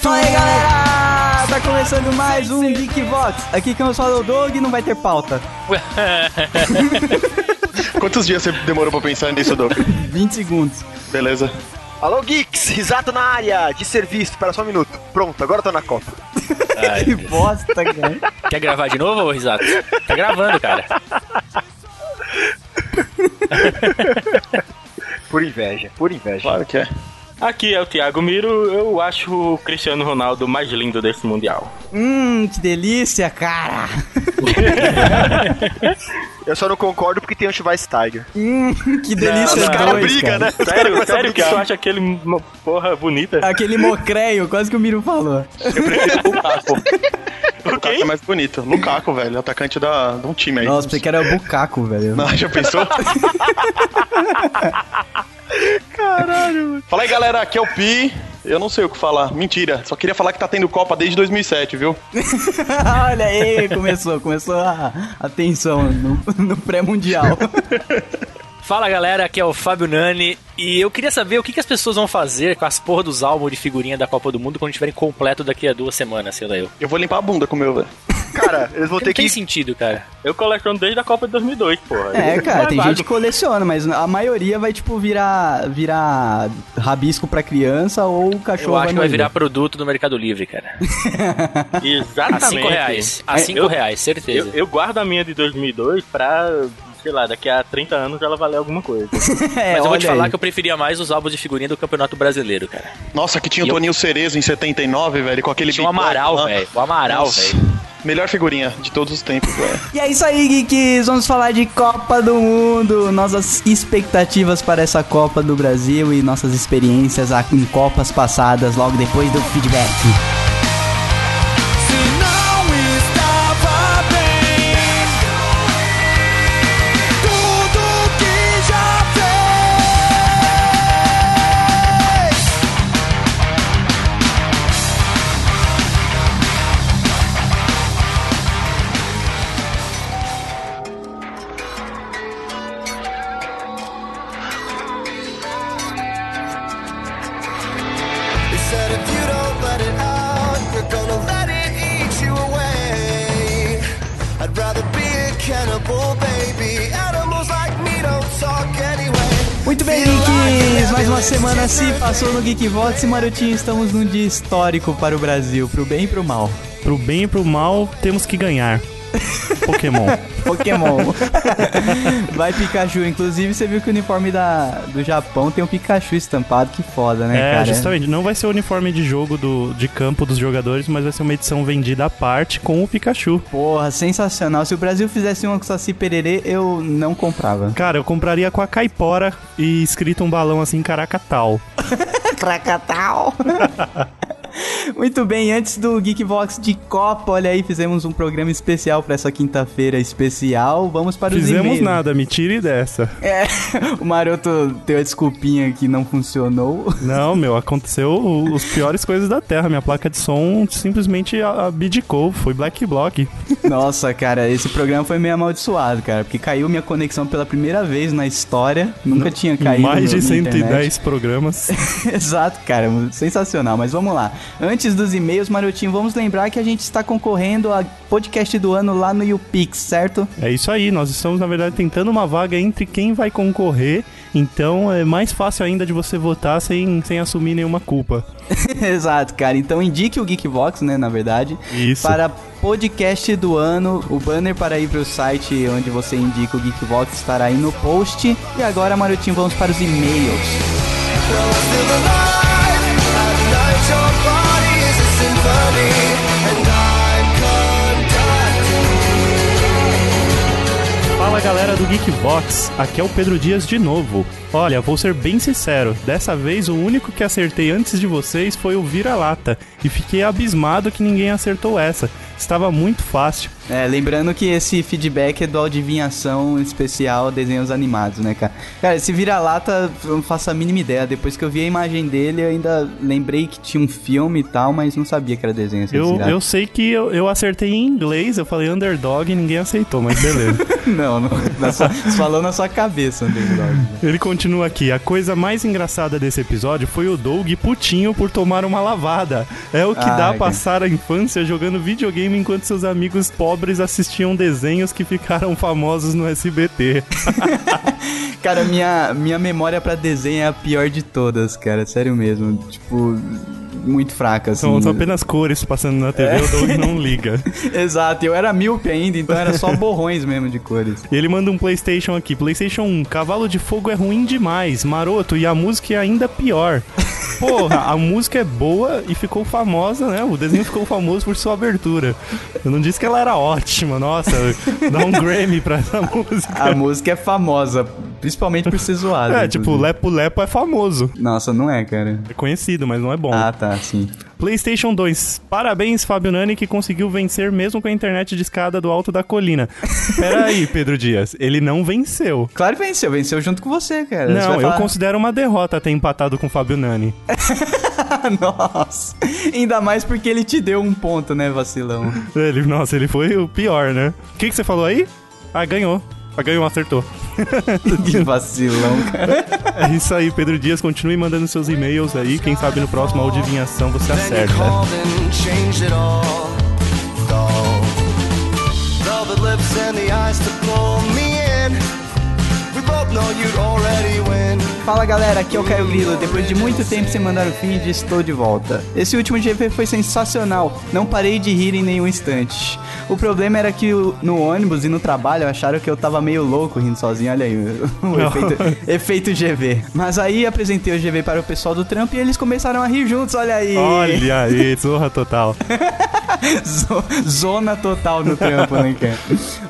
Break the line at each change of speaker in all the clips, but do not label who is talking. Fala aí, galera! Tá começando mais um Geekvox. Aqui quem eu sou é o Dog não vai ter pauta.
Quantos dias você demorou pra pensar nisso, Doc?
20 segundos.
Beleza.
Alô, Geeks! Risato na área! De serviço, para só um minuto. Pronto, agora eu tô na Copa.
Ai,
Que bosta, cara.
Quer gravar de novo, ô Risato? Tá gravando, cara.
Por inveja, por inveja.
Claro que é.
Aqui é o Thiago Miro, eu acho o Cristiano Ronaldo mais lindo desse Mundial.
Hum, que delícia, cara.
Eu só não concordo porque tem o Schweinsteiger.
Hum, que delícia,
não,
os
não.
dois, cara.
Sério, sério que tu acha aquele mo- porra bonita?
né?
Aquele mocreio, quase que o Miro falou.
O Lukaku é mais bonito. Lukaku, velho, atacante da, de um time aí.
Nossa, você que era o bucaco, velho.
Não, já pensou? Caralho. mano. Fala aí, galera, aqui é o Pi. Eu não sei o que falar. Mentira. Só queria falar que tá tendo Copa desde 2007, viu?
Olha aí, começou, começou a, a tensão no, no pré-mundial.
Fala galera, aqui é o Fábio Nani e eu queria saber o que, que as pessoas vão fazer com as porra dos álbuns de figurinha da Copa do Mundo quando tiverem completo daqui a duas semanas, sei lá eu.
Eu vou limpar a bunda com o meu, velho.
Cara, eles vão
Não
ter
tem
que.
sentido, cara.
Eu coleciono desde a Copa de 2002, porra.
É, cara,
Mas
tem
vago.
gente que coleciona, mas a maioria vai, tipo, virar, virar rabisco pra criança ou o
Eu
cachorro
acho que vai
morrer.
virar produto do Mercado Livre, cara. A
Exatamente.
cinco reais. A cinco
eu-
reais, certeza.
Eu, eu guardo a minha de 2002 pra, sei lá, daqui a 30 anos ela valer alguma coisa.
É,
Mas eu vou te
olha
falar
aí.
que eu preferia mais os álbuns de figurinha do Campeonato Brasileiro, cara.
Nossa, que tinha o
E eu-
Toninho Cerezo em 79, velho, com aquele
Tinha o
bigode
Amaral,
lá.
velho. O Amaral,
Nossa,
velho.
Melhor figurinha de todos os tempos, velho.
E é isso aí, geeks. Vamos falar de Copa do Mundo, nossas expectativas para essa Copa do Brasil e nossas experiências a- em Copas passadas, logo depois do feedback.
They said if you don't let it out, we're gonna let it eat you away. I'd rather be a cannibal, baby. Animals like me don't talk anyway.
Muito bem, geeks. Mais uma semana se passou no Geek Vox e Marotinho. Estamos num dia histórico para o Brasil, pro bem e pro mal.
Pro bem e pro mal, temos que ganhar. Pokémon.
Pokémon. Vai Pikachu. Inclusive, você viu que o uniforme da, do Japão tem um Pikachu estampado. Que foda,
é,
né, cara?
justamente. Não vai ser o uniforme de jogo do, de campo dos jogadores, mas vai ser uma edição vendida à parte com o Pikachu.
Porra, sensacional. Se o Brasil fizesse uma com Saci Pererê, eu não comprava.
Cara, eu compraria com a caipora e escrito um balão assim, caracatal.
Cracatal. Muito bem, antes do Geekbox de Copa, olha aí, fizemos um programa especial pra essa quinta-feira especial. Vamos para os
Fizemos
e-mails.
nada, me tire dessa.
É, o Maroto deu a desculpinha que não funcionou.
Não, meu, aconteceu o- os piores coisas da Terra. Minha placa de som simplesmente a- abdicou, foi black block.
Nossa, cara, esse programa foi meio amaldiçoado, cara, porque caiu minha conexão pela primeira vez na história. Nunca tinha caído.
Mais
no-
de
na
110
internet.
programas.
Exato, cara, sensacional. Mas vamos lá. Antes dos e-mails, Marotinho, vamos lembrar que a gente está concorrendo a podcast do ano lá no YouPix, certo?
É isso aí, nós estamos na verdade tentando uma vaga entre quem vai concorrer, então é mais fácil ainda de você votar sem, sem assumir nenhuma culpa.
Exato, cara. Então indique o Geekbox, né, na verdade.
Isso.
Para podcast do ano, o banner para ir para o site onde você indica o Geekbox estará aí no post. E agora, Marotinho, vamos para os e-mails.
Well, I'm still alive. At night, your body is a symphony, and I'm conducting.
Fala galera do Geekbox, aqui é o Pedro Dias de novo. Olha, vou ser bem sincero, dessa vez o único que acertei antes de vocês foi o vira-lata, e fiquei abismado que ninguém acertou essa, estava muito fácil.
É, lembrando que esse feedback é do Adivinhação Especial Desenhos Animados, né, cara? Cara, esse vira-lata, eu não faço a mínima ideia. Depois que eu vi a imagem dele, eu ainda lembrei que tinha um filme e tal, mas não sabia que era desenho.
Eu,
esse
eu sei que eu, eu acertei em inglês, eu falei underdog e ninguém aceitou, mas beleza.
Não, não. Na sua, falou na sua cabeça, Underdog.
Ele continua aqui. A coisa mais engraçada desse episódio foi o Doug putinho por tomar uma lavada. É o que
Ai,
dá
cara.
passar a infância jogando videogame enquanto seus amigos pobres assistiam desenhos que ficaram famosos no SBT.
Cara, minha, minha memória pra desenho é a pior de todas, cara. Sério mesmo. Tipo, muito fraca, assim.
São, são apenas cores passando na TV, o Doug não liga.
Exato, eu era míope ainda, então era só borrões mesmo de cores.
E ele manda um PlayStation aqui. PlayStation 1, Cavalo de Fogo é ruim demais, maroto, e a música é ainda pior. Porra, a música é boa e ficou famosa, né? O desenho ficou famoso por sua abertura. Eu não disse que ela era ótima, nossa, dá um Grammy pra essa música.
A música é famosa, principalmente por ser zoada.
É, tipo,
Ah, inclusive.
Lepo Lepo é famoso.
Nossa, não é, cara.
É conhecido, mas não é bom.
Ah, tá, sim.
PlayStation 2. Parabéns, Fábio Nani, que conseguiu vencer mesmo com a internet de escada do alto da colina. Pera aí, Pedro Dias. Ele não venceu.
Claro que venceu, venceu junto com É, você, cara. Você
Não,
vai
eu
falar-
considero uma derrota ter empatado com o Fábio Nani.
Nossa, ainda mais porque ele te deu um ponto, né, vacilão.
Ele, nossa, ele foi o pior, né? O que, que você falou aí? Ah, ganhou. Ah, ganhou, acertou.
Que vacilão, cara.
É isso aí, Pedro Dias. Continue mandando seus e-mails aí. Quem sabe no próximo Adivinhação você
Then you
acerta.
called and changed it all. Though velvet lips and the eyes to pull me in. We both know you'd already win.
Fala galera, aqui é o Caio Grilo. Depois de muito tempo sem mandar o feed, estou de volta. Esse último GP foi sensacional, não parei de rir em nenhum instante. O problema era que o- no ônibus e no trabalho acharam que eu tava meio louco rindo sozinho, olha aí o, o efeito, efeito GV. Mas aí apresentei o GV para o pessoal do trampo e eles começaram a rir juntos, olha aí.
Olha aí, zorra total.
Zo- Zona total no trampo, né, cara?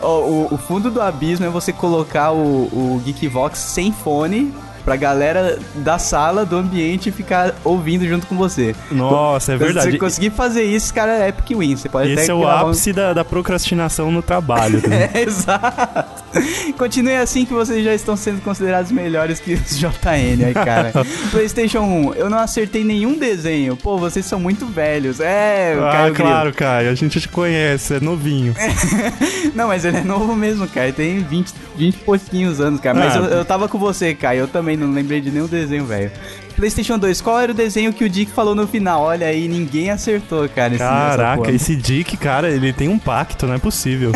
Ó, o, o fundo do abismo é você colocar o, o Geekvox sem fone pra galera da sala, do ambiente, ficar ouvindo junto com você. Então,
Nossa, é
Se você
verdade.
conseguir fazer isso, cara, é epic win. Você pode
Esse
até
é o
gravar um-
ápice da, da procrastinação no trabalho. tá vendo?
É, exato. Continue assim que vocês já estão sendo considerados melhores que os JN aí, cara. PlayStation 1, eu não acertei nenhum desenho. Pô, vocês são muito velhos. É, o
ah,
Caio Grilo.
claro, Caio. A gente te conhece, é novinho.
Não, mas ele é novo mesmo, cara. Ele tem 20, 20 e pouquinhos anos, cara. Mas
Ah.
eu, eu tava com você, cara. Eu também não lembrei de nenhum desenho, velho. PlayStation 2, qual era o desenho que o Dick falou no final? Olha aí, ninguém acertou, cara. esse- essa
Caraca,
porra.
esse Dick, cara, ele tem um pacto, não é possível.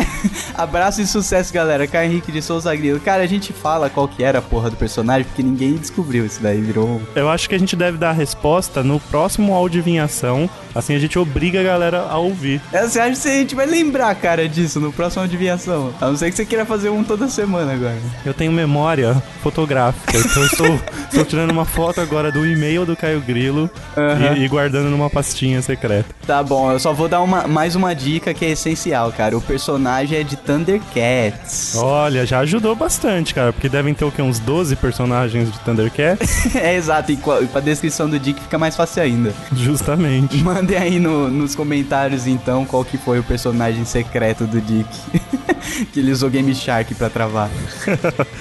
Abraço e sucesso, galera. Caio Henrique de Souza Grilo. Cara, a gente fala qual que era a porra do personagem, porque ninguém descobriu isso daí. Virou. um-
Eu acho que a gente deve dar a resposta no próximo Audivinhação. Assim a gente obriga a galera a ouvir.
É, Você acha que a gente vai lembrar, cara, disso no próximo Adivinhação? A não ser que você queira fazer um toda semana agora.
Eu tenho memória fotográfica, então eu estou, estou tirando uma foto agora do e-mail do Caio Grilo
Aham.
e, e guardando numa pastinha secreta.
Tá bom, eu só vou dar uma, mais uma dica que é essencial, cara. O personagem é de Thundercats.
Olha, já ajudou bastante, cara, porque devem ter o quê? Uns 12 personagens de Thundercats?
É exato, e qua- e pra descrição do Dick fica mais fácil ainda.
Justamente.
Mandem aí no- nos comentários então qual que foi o personagem secreto do Dick. que ele usou Game Shark pra travar.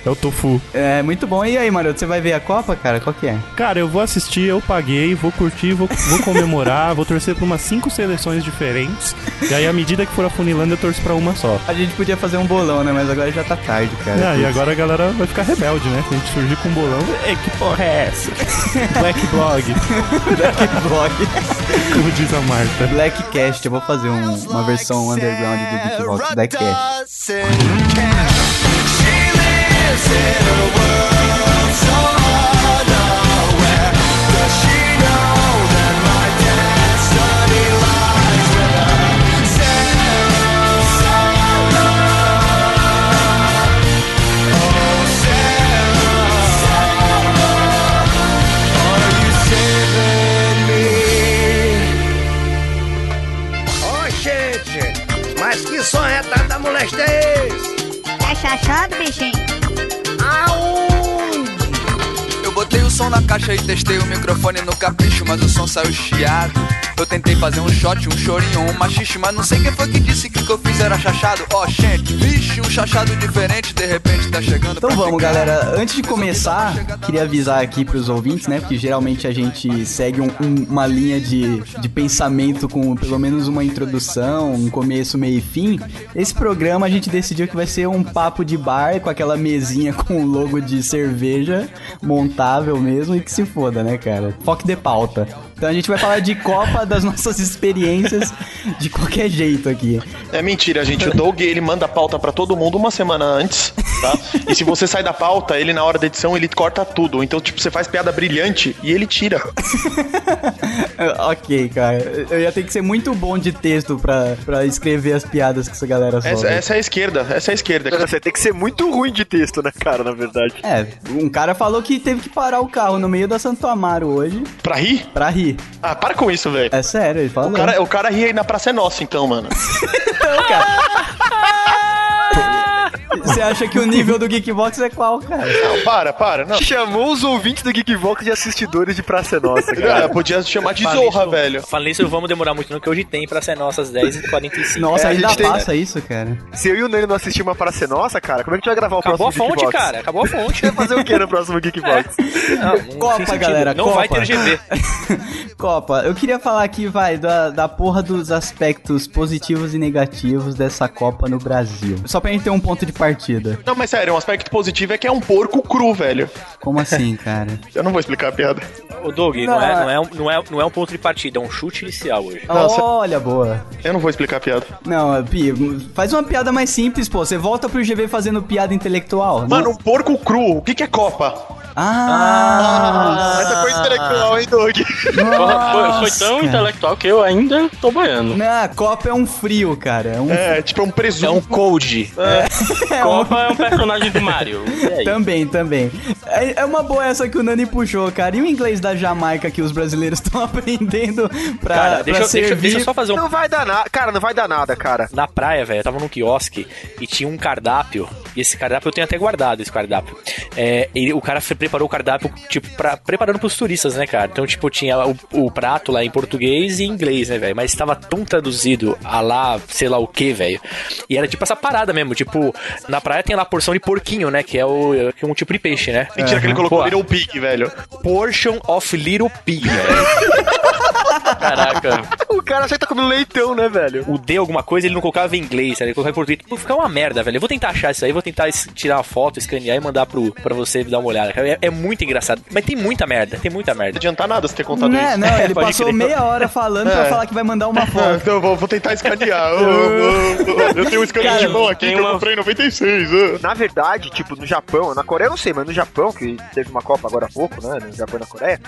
É o Tofu.
É, muito bom. E aí, Maroto, você vai ver a Copa, cara? Qual que é?
Cara, eu vou assistir, eu paguei, vou curtir, vou, vou comemorar, vou torcer pra umas cinco seleções diferentes. E aí, à medida que for afunilando, eu torço pra uma só.
A gente podia fazer um bolão, né? Mas agora já tá tarde, cara.
Ah, e agora a galera vai ficar rebelde, né? Se a gente surgir com um bolão, é que porra é essa? Black Blog,
Blog.
como diz a Marta.
Blackcast, eu vou fazer um- uma versão underground do Beatbox.
Sarah
Blackcast.
doesn't care. She lives in a world so unaware. Does she know that my destiny lies with her? Sarah, Sarah. Oh, Sarah, Are you saving me?
Ô, gente, mas que som retado da molesta é esse?
Tá chachado, bichinho?
Aonde?
Eu botei o som na caixa e testei o microfone no capricho, mas o som saiu chiado. Eu tentei fazer um shot, um chorinho, um machixe Mas não sei quem foi que disse que o que eu fiz era chachado Ó, gente, vixe, um chachado diferente De repente tá chegando
Então vamos, galera. Antes de começar, queria avisar aqui pros ouvintes, né? Porque geralmente a gente segue um- um- uma linha de, de pensamento com pelo menos uma introdução, um começo, meio e fim. Esse programa a gente decidiu que vai ser um papo de bar com aquela mesinha com o logo de cerveja montável mesmo e que se foda, né, cara? Foque de pauta. Então a gente vai falar de Copa, das nossas experiências de qualquer jeito aqui.
É mentira, gente. O Doug, ele manda a pauta pra todo mundo uma semana antes, tá? E se você sai da pauta, ele na hora da edição, ele corta tudo. Então, tipo, você faz piada brilhante e ele tira.
ok, cara. Eu ia ter que ser muito bom de texto pra, pra escrever as piadas que essa galera solta.
Essa, essa é a esquerda, essa é a esquerda.
Você tem que ser muito ruim de texto, né, cara, na verdade.
É, um cara falou que teve que parar o carro no meio da Santo Amaro hoje.
Pra rir?
Pra rir.
Ah, para com isso, velho.
É sério, ele falou.
O cara, o cara ri aí na Praça é Nossa, então, mano.
Você acha que o nível do Geekbox é qual, cara?
Não, para, para. Não.
Chamou os ouvintes do Geekbox de assistidores de Praça é Nossa, cara.
Cara, Ah, podia chamar de
Falei
Zorra,
isso-
velho.
Falei isso, vamos demorar muito, não, que hoje tem pra ser nossas 10h45.
Nossa,
É, a
ainda
gente tem-
passa isso, cara.
Se eu e o Nani não assistir uma Praça é Nossa, cara, como é que a gente vai gravar o
Acabou a
próximo
fonte,
Geekbox?
cara. Acabou a fonte.
Vai fazer o que no próximo Geekbox?
Não, não tem
Copa,
sentido.
galera,
Não vai
Copa.
ter GB.
Copa, eu queria falar aqui, vai, da, da porra dos aspectos positivos e negativos dessa Copa no Brasil. Só pra gente ter um ponto de partida.
Não, mas sério, um aspecto positivo é que é um porco cru, velho.
Como assim, cara?
Eu não vou explicar a piada.
Ô, Doug, não,
Não,
é,
é-
não, é, um- não, é, não é um ponto de partida, é um chute inicial hoje.
Nossa.
Olha, boa.
Eu não vou explicar a piada.
Não, é, Pi, faz uma piada mais simples, pô. Você volta pro GV fazendo piada intelectual.
Mano, um porco cru, o que, que é Copa?
Ah!
Essa foi intelectual, hein, Doug?
Porra,
nossa,
foi, foi tão
cara.
intelectual que eu ainda tô boiando.
Não, a Copa é um frio, cara. É um
É, tipo, é um presunto.
cold.
é um-
Copa é um personagem do Mario. E aí?
Também, também. É, é uma boa essa que o Nani puxou, cara. E o inglês da Jamaica que os brasileiros estão aprendendo pra,
Cara, deixa, eu-
Ah, pra
deixa, eu-
servir?
deixa eu só fazer um
Não vai dar nada. Cara, não vai dar nada, cara.
na praia, velho, eu tava num quiosque e tinha um cardápio. E esse cardápio eu tenho até guardado, esse cardápio. É, ele- o cara fe- preparou o cardápio, tipo, pra, preparando pros turistas, né, cara? Então, tipo, tinha o, o prato lá em português e em inglês, né, velho? Mas tava tão traduzido a lá, sei lá o que, velho. E era tipo essa parada mesmo, tipo, na praia tem lá a porção de porquinho, né? Que é, o, que é um tipo de peixe, né?
Mentira que ele colocou
Pô,
Little Pig, velho.
Portion of Little Pig, velho. Caraca.
O cara já tá comendo leitão, né, velho?
o D alguma coisa, ele não colocava em inglês, né? ele colocava em português. Pô, fica uma merda, velho. Eu vou tentar achar isso aí, vou tentar es- tirar uma foto, escanear e mandar pro, pra você dar uma olhada. cara. É, é muito engraçado. Mas tem muita merda, tem muita
Não
merda.
adianta nada você ter contado
Né,
isso.
não, ele
Pode
passou
crer.
meia hora falando pra
É.
falar que vai mandar uma
Ah,
foto.
então eu vou, vou tentar escanear. eu, eu- eu- eu- eu tenho um escaneador de mão aqui
tem
que eu
uma-
comprei em 96. ah.
Na verdade, tipo, no Japão, na Coreia eu não sei, mas no Japão, que teve uma Copa agora há pouco, né? No Japão e na Coreia,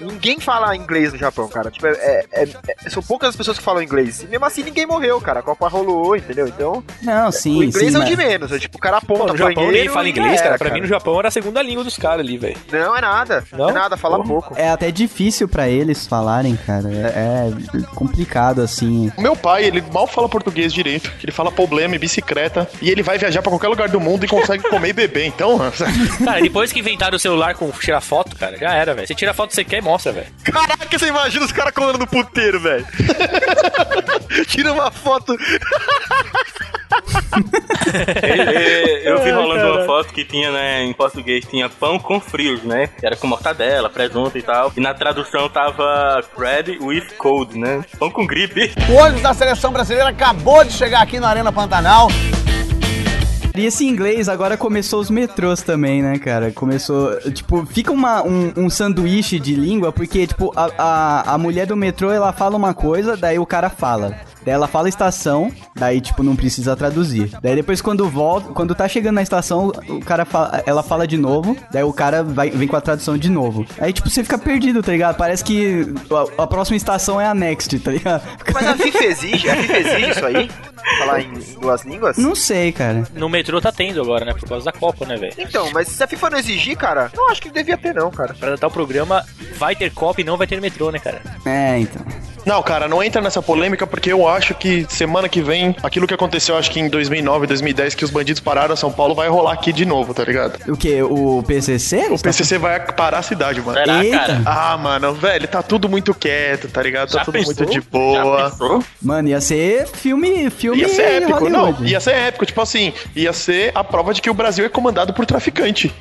ninguém fala inglês no Japão, cara. Tipo, é- é- é- são poucas as pessoas que falam inglês. E mesmo assim ninguém morreu, cara. A Copa rolou, entendeu? Então,
Não, sim,
o inglês
sim.
é o de
mas-
menos. É, tipo, o cara
Pô,
aponta
no Japão ninguém
banheiro
fala
e já
inglês, cara.
era,
Pra mim, no Japão era a segunda língua dos caras ali, velho.
Não, é nada.
Não?
Não é nada, fala pouco.
É até difícil pra eles falarem, cara. É, é complicado, assim.
O meu pai, ele mal fala português direito. Ele fala problema e bicicleta. E ele vai viajar pra qualquer lugar do mundo e consegue comer e beber. Então, ah,
Cara, depois que inventaram o celular com tirar foto, cara, já era, velho. Você tira a foto que você quer e mostra, velho.
Caraca, você imagina os caras colando no puteiro, velho. Tira uma foto.
É, é, Eu vi rolando uma foto que tinha, né, em português, tinha pão com frios, né? Que era com mortadela, presunto e tal. E na tradução tava bread with cold, né? Pão com gripe.
O ônibus da seleção brasileira acabou de chegar aqui na Arena Pantanal.
E esse inglês agora começou os metrôs também, né, cara? Começou. Tipo, fica uma, um, um sanduíche de língua, porque, tipo, a, a, a mulher do metrô ela fala uma coisa, daí o cara fala. Daí ela fala estação, daí, tipo, não precisa traduzir. Daí depois, quando volta, quando tá chegando na estação, o cara fala, ela fala de novo, daí o cara vai, vem com a tradução de novo. Aí, tipo, você fica perdido, tá ligado? Parece que a, a próxima estação é a next, tá ligado?
Mas a FIFA exige, a FIFA exige isso aí? Falar em duas línguas?
Não sei, cara.
No metrô tá tendo agora, né? Por causa da Copa, né, velho?
Então, mas se a FIFA não exigir, cara, não acho que devia ter, não, cara.
Pra datar o programa, vai ter Copa e não vai ter metrô, né, cara?
É, então.
Não, cara, não entra nessa polêmica porque eu acho que semana que vem, aquilo que aconteceu acho que em 2009, 2010, que os bandidos pararam São Paulo, vai rolar aqui de novo, tá ligado?
O que? O PCC?
O PCC vai parar a cidade, mano.
Será,
Eita.
cara?
Ah, mano, velho, tá tudo muito quieto, tá ligado? Tá
Já
tudo muito
pensou?
de
Já
boa.
pensou?
Mano, ia ser filme, filme
Ia ser épico,
Hollywood.
não, ia ser épico, tipo assim, ia ser a prova de que o Brasil é comandado por traficante.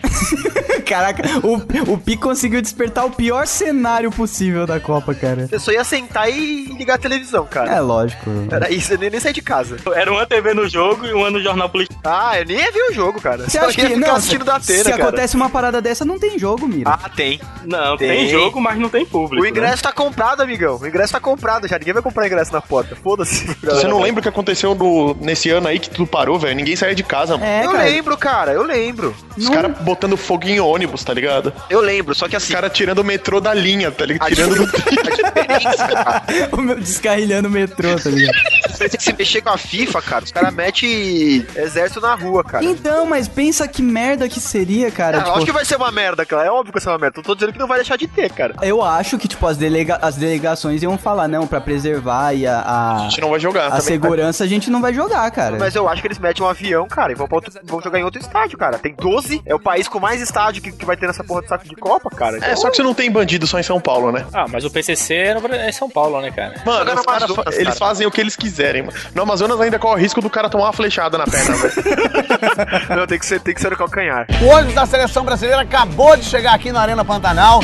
Caraca, o, o Pi conseguiu despertar o pior cenário possível da Copa, cara.
Eu só ia sentar e ligar a televisão, cara.
É lógico.
Era isso, eu nem, nem saí de casa.
Era uma TV no jogo e uma no jornal político.
Ah, eu nem ia ver o jogo, cara.
Você
Só
acha
ia
que
ficar
não,
assistindo da
se
tela, cara.
acontece uma parada dessa, não tem jogo, Mira.
Ah, tem.
Não, tem.
Tem.
jogo, mas não tem público. né?
O ingresso tá comprado, amigão. O ingresso tá comprado já. Ninguém vai comprar ingresso na porta. Foda-se.
Então,
Você
é.
não lembra o que aconteceu no- nesse ano aí que tudo parou, velho? Ninguém saía de casa, mano.
é,
eu
cara.
lembro, cara. Eu lembro.
Os caras botando fogo em ônibus, tá ligado?
Eu lembro, só que
Os
assim.
caras tirando o metrô da linha, tá ligado?
A
Tirando do...
o meu descarrilhando o metrô, tá ligado?
Você tem que se mexer com a FIFA, cara. Os caras metem exército na rua, cara.
então, mas pensa que merda que seria, cara.
É,
tipo,
lógico que vai ser uma merda, cara. É óbvio que vai ser uma merda. Eu tô dizendo que não vai deixar de ter, cara.
Eu acho que, tipo, as, delega as delegações iam falar, não, pra preservar e a, a,
A gente não vai jogar.
a
também.
segurança a gente não vai jogar, cara.
Mas eu acho que eles metem um avião, cara, e vão, pra outro-
é
vão jogar em outro estádio, cara. Tem 12, é o país com mais estádio que, que vai ter nessa porra de saco de Copa, cara.
É, só que você não tem bandido só em São Paulo, né?
Ah, mas o PCC é no Bra- é em São Paulo, né, cara?
Mano,
Joga
os
no
caras
Amazonas,
fa-
cara.
eles fazem o que eles quiserem, mano. No Amazonas ainda corre o risco do cara tomar uma flechada na perna, velho.
Então, Não, tem que ser, tem que ser no calcanhar.
O ônibus da seleção brasileira acabou de chegar aqui na Arena Pantanal.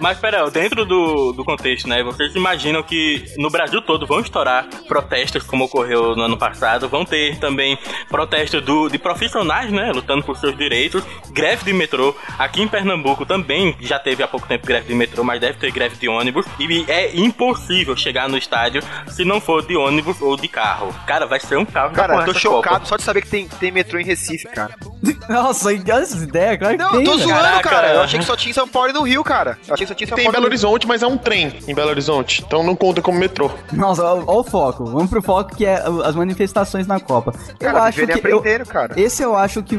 Mas pera, dentro do, do contexto, né? Vocês imaginam que no Brasil todo vão estourar protestos como ocorreu no ano passado, vão ter também protestos do, de profissionais, né? Lutando por seus direitos, greve de metrô. Aqui em Pernambuco também já teve há pouco tempo greve de metrô, mas deve ter greve de ônibus. E é impossível chegar no estádio se não for de ônibus ou de carro. Cara, vai ser um carro
Cara, eu tô
essa Copa.
chocado só de saber que tem, tem metrô em Recife, cara.
Nossa, olha essas ideias, claro que
Não,
tem, né,
eu tô
velho.
zoando,
Caraca.
cara. Eu achei que só tinha em São Paulo e no Rio, cara. Eu achei que só tinha em São
Tem em
Paulo. e
Belo
no Rio.
Horizonte, mas é um trem em Belo Horizonte. Então não conta como metrô.
Nossa, ó, ó o foco. Vamos pro foco que é as manifestações na Copa. Eu
Cara,
acho
viverem
que eu-
aprendendo, cara.
esse eu acho que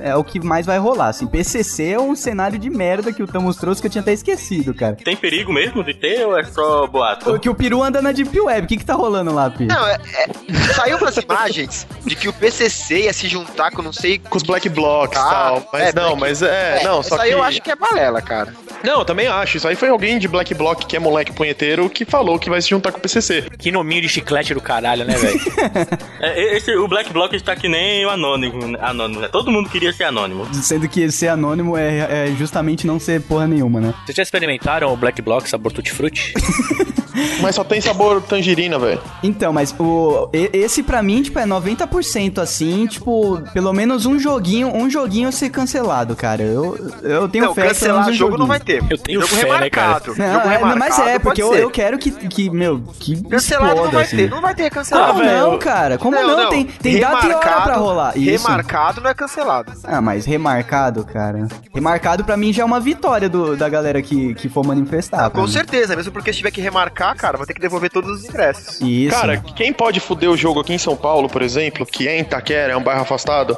é o que mais vai rolar. Assim, PCC é um cenário de merda que o Tamos trouxe que eu tinha até esquecido, cara.
Tem perigo mesmo de ter ou é só boato?
Que o Peru anda na Deep Web. O que que tá rolando lá, Pi?
Não, é, é- saiu umas imagens de que o PCC ia se juntar com não sei...
Com os black blocks e
Ah,
tal. Mas
é,
não,
black-
mas é, Não,
isso
só que.
aí eu acho que é balela, cara.
Não, eu
tá
também acho. Isso aí foi alguém de black block que é moleque punheteiro que falou que vai se juntar com o PCC.
Que nominho de chiclete do caralho, né, velho?
É, esse, o Black Block está que nem o anônimo, né? anônimo, né? Todo mundo queria ser anônimo.
Sendo que ser anônimo é, é justamente não ser porra nenhuma, né?
Vocês já experimentaram o Black Block sabor Tutti Frutti?
Mas só tem sabor tangerina, velho.
Então, mas o e- esse pra mim, tipo, é 90% assim, tipo, pelo menos um joguinho, um joguinho ser cancelado, cara. Eu, eu tenho
Não,
fé que pelo menos
cancelar
um
o jogo não
joguinho.
vai ter.
Eu tenho
jogo
fé, né,
remarcado.
Não,
jogo
é,
remarcado
mas é, porque eu,
pode ser.
eu quero que, que, meu, que
Cancelado
exploda,
não vai
assim.
ter, não vai ter cancelado.
Como não, cara? Como não? Tem, tem data e hora pra rolar. Isso.
Remarcado não é cancelado.
Ah, mas remarcado, cara. Remarcado pra mim já é uma vitória do, da galera que, que for manifestar. pra
Com
mim.
certeza, mesmo porque se tiver que remarcar, cara, vai ter que devolver todos os ingressos.
Isso. né?
Cara, quem pode fuder o jogo aqui em São Paulo, por exemplo, que é em Itaquera, é um bairro afastado,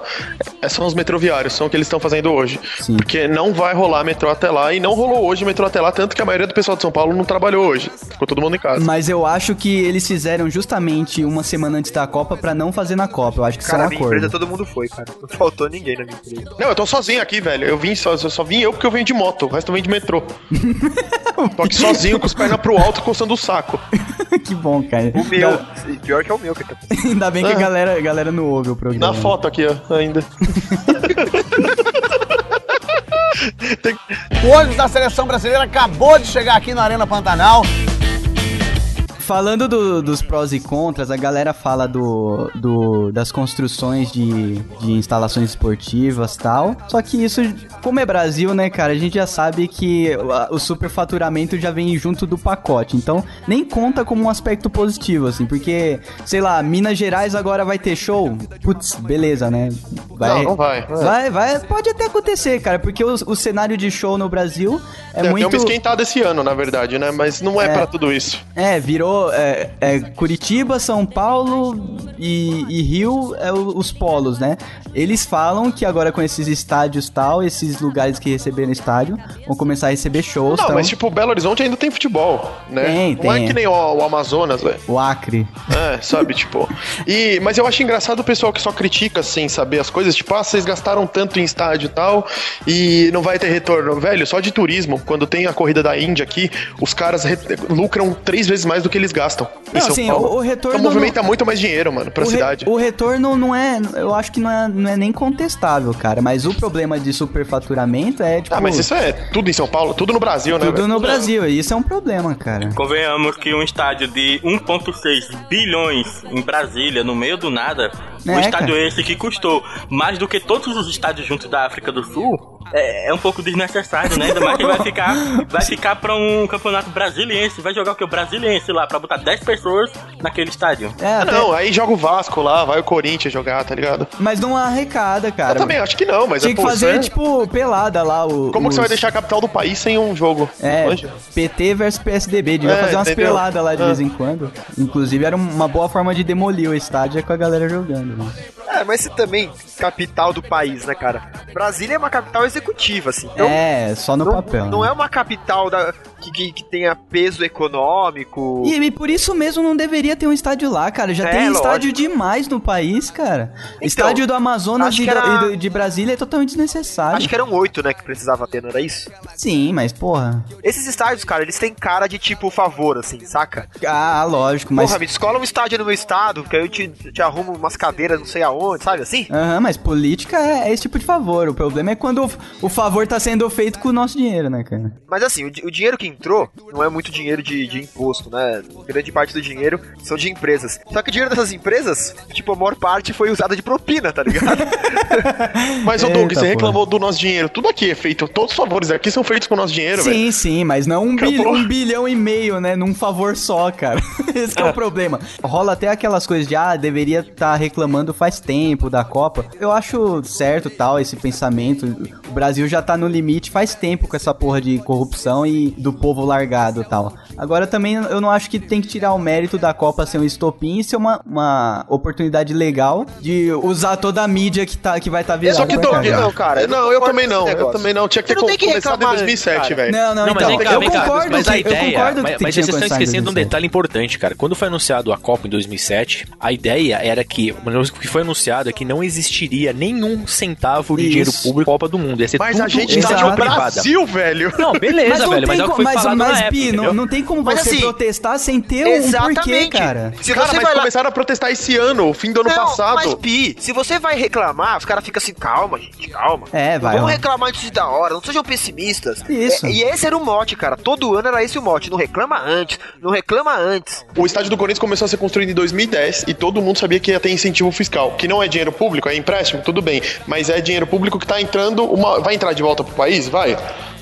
é- são os metroviários, são o que eles estão fazendo hoje.
Sim.
Porque não vai rolar metrô até lá, e não rolou hoje metrô até lá, tanto que a maioria do pessoal de São Paulo não trabalhou hoje. Ficou todo mundo em casa.
Mas eu acho que eles fizeram justamente uma semana antes da Copa pra não fazer na Copa. Eu acho que isso é
Cara,
um
na minha empresa
acordo.
todo mundo foi, cara. Não faltou ninguém na minha empresa.
Não, eu tô sozinho aqui, velho. Eu vim só, só, só vim eu porque eu venho de moto, o resto vem de metrô. tô aqui sozinho, com os pernas pro alto, coçando o saco.
que bom, cara.
tá- O meu,
Ainda-
e pior que é o meu, que tá.
Ainda bem que a galera, a galera não É ouve o programa.
Na foto aqui, ó, ainda.
O ônibus da seleção brasileira acabou de chegar aqui na Arena Pantanal.
Falando do- dos prós e contras, a galera fala do, do- das construções de, de instalações esportivas e tal. Só que isso, como é Brasil, né, cara, a gente já sabe que o, a- o superfaturamento já vem junto do pacote. Então, nem conta como um aspecto positivo, assim, porque, sei lá, Minas Gerais agora vai ter show? Putz, beleza, né?
Não, não vai.
Vai, vai, pode até acontecer, cara, porque o, o cenário de show no Brasil é
Deu
muito.
uma esquentada esse ano, na verdade, né? Mas não é, pra tudo isso.
É, virou falou, é, é Curitiba, São Paulo e, e Rio, é o- os polos, né? Eles falam que agora com esses estádios tal, esses lugares que receberam estádio, vão começar a receber shows. então,
Não,
tal.
mas tipo, Belo Horizonte ainda tem futebol, né?
Tem,
não
tem.
é que nem o, o Amazonas, velho.
O Acre.
É, sabe, tipo. E, mas eu acho engraçado o pessoal que só critica sem saber as coisas, tipo, ah, vocês gastaram tanto em estádio e tal, e não vai ter retorno. Velho, só de turismo, quando tem a corrida da Índia aqui, os caras re- lucram três vezes mais do que eles gastam.
Não, assim, o- o retorno
Então movimenta muito mais dinheiro, mano, pra
o, re-
cidade.
o retorno não é. Eu acho que não é, não é nem contestável, cara. Mas o problema de superfaturamento é, tipo.
Ah, mas isso é tudo em São Paulo, tudo no Brasil, né?
Tudo
velho?
no Brasil, e isso é um problema, cara.
Convenhamos que um estádio de 1,6 bilhões em Brasília, no meio do nada,
É,
um estádio
cara.
esse que custou mais do que todos os estádios juntos da África do Sul, é, é um pouco desnecessário, né? Ainda mais que vai ficar, vai ficar pra um campeonato brasiliense, vai jogar o que? O brasiliense lá, pra botar 10 pessoas naquele estádio.
É,
Ah,
até-
não, aí joga o Vasco lá, vai o Corinthians jogar, tá ligado?
mas não arrecada, cara.
Eu também acho que não, mas
Tinha
é
que
pô,
fazer,
isso é-
tipo, pelada lá. O,
Como que você vai
os-
deixar a capital do país sem um jogo?
É,
Manja.
PT versus PSDB, devia
É,
fazer umas
entendeu?
peladas lá de
É.
vez em quando. Inclusive, era uma boa forma de demolir o estádio é com a galera jogando. Né?
É, mas você também, capital do país, né, cara? Brasília é uma capital executiva, assim. Então,
é, só no
não,
papel.
não
né?
é uma capital da, que, que, que tenha peso econômico.
E, e por isso mesmo não deveria ter um estádio lá, cara. Já
um É,
tem
lógico. Então,
estádio demais no país, cara. estádio do Amazonas
acho
e,
que
do-
era-
e do- de Brasília é totalmente desnecessário.
Acho que eram oito, né, que precisava ter, não era isso?
Sim, mas porra.
Esses estádios, cara, eles têm cara de tipo favor, assim, saca?
Ah, lógico, mas.
Porra, me descola um estádio no meu estado, que aí eu te, te arrumo umas cadeiras não sei aonde, sabe assim?
Aham, mas política é, é esse tipo de favor. O problema é quando o, o favor tá sendo feito com o nosso dinheiro, né, cara?
Mas assim, o, di- o dinheiro que entrou não é muito dinheiro de, de imposto, né? Grande parte do dinheiro são de empresas. Só que o dinheiro dessas empresas, tipo, a maior parte foi usada de propina, tá ligado?
Mas, o
Eita,
Doug, você
porra.
reclamou do nosso dinheiro. Tudo aqui é feito, todos os favores aqui são feitos com o nosso dinheiro, velho.
Sim, sim, mas não um,
Acabou.
bil- um bilhão e meio, né? Num favor só, cara. Esse que é o problema. Rola até aquelas coisas de, ah, deveria estar reclamando faz tempo da Copa. Eu acho certo, tal, esse pensamento. O Brasil já tá no limite faz tempo com essa porra de corrupção e do povo largado, tal. Agora também eu não acho que tem que tirar o mérito da Copa ser um estopim e ser uma, uma oportunidade legal de usar toda a mídia que, tá, que vai estar virada.
Só é que,
pra
Doug,
cagar.
não, cara.
eu não
Não, eu
concordo
também
com
não.
esse
Eu
negócio.
também não. Tinha que
Você
ter
não tem que
começado em
reclamar,
2007,
cara.
velho.
Não, não,
Não, mas
então,
vem cá,
eu
vem cá.
concordo
Mas
que,
a
eu
ideia.
concordo
mas-
que
Mas
tinha
vocês estão
começado em
esquecendo de um
2007.
detalhe importante, cara. Quando foi anunciado a Copa em 2007, a ideia era que. O que foi anunciado é que não existiria nenhum centavo de
Isso.
dinheiro público na Copa do Mundo. Ia ser
Mas
tudo
a gente tá
exato.
no
iniciativa
Brasil, velho.
Não, beleza, velho. Mas é o que
como-
foi
mas,
falado
mas,
na época.
Bi, não,
entendeu?
não tem como
Mas
você
assim,
protestar sem ter um porquê, cara.
Se
cara,
você
mas
vai lá
começaram a protestar esse ano, o fim do ano passado.
Mas, Pi, se você vai reclamar, os caras ficam assim, calma, gente, calma.
É, vai
Vamos
lá.
reclamar disso da hora, não sejam pessimistas.
Isso.
É, e esse era o mote, cara. Todo ano era esse o mote. Não reclama antes, não reclama antes.
O estádio do Corinthians começou a ser construído em 2010 e todo mundo sabia que ia ter incentivo fiscal, que não é dinheiro público, é empréstimo, tudo bem, mas é dinheiro público que tá entrando, uma- vai entrar de volta pro país, vai,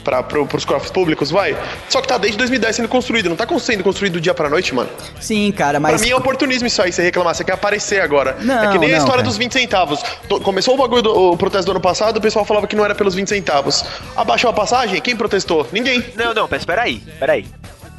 para pro, pros cofres públicos, vai. Só que tá desde 2010 sendo construído, não tá con- sendo construído do dia pra noite, mano.
Sim, cara,
Pra
mas.
mim é oportunismo isso aí, você reclamar, você quer aparecer agora.
Não,
é que nem a
não,
história
cara.
dos 20 centavos. Do- começou o bagulho do o protesto do ano passado, o pessoal falava que não era pelos 20 centavos. Abaixou a passagem, quem protestou? Ninguém.
Não, não, mas peraí, peraí.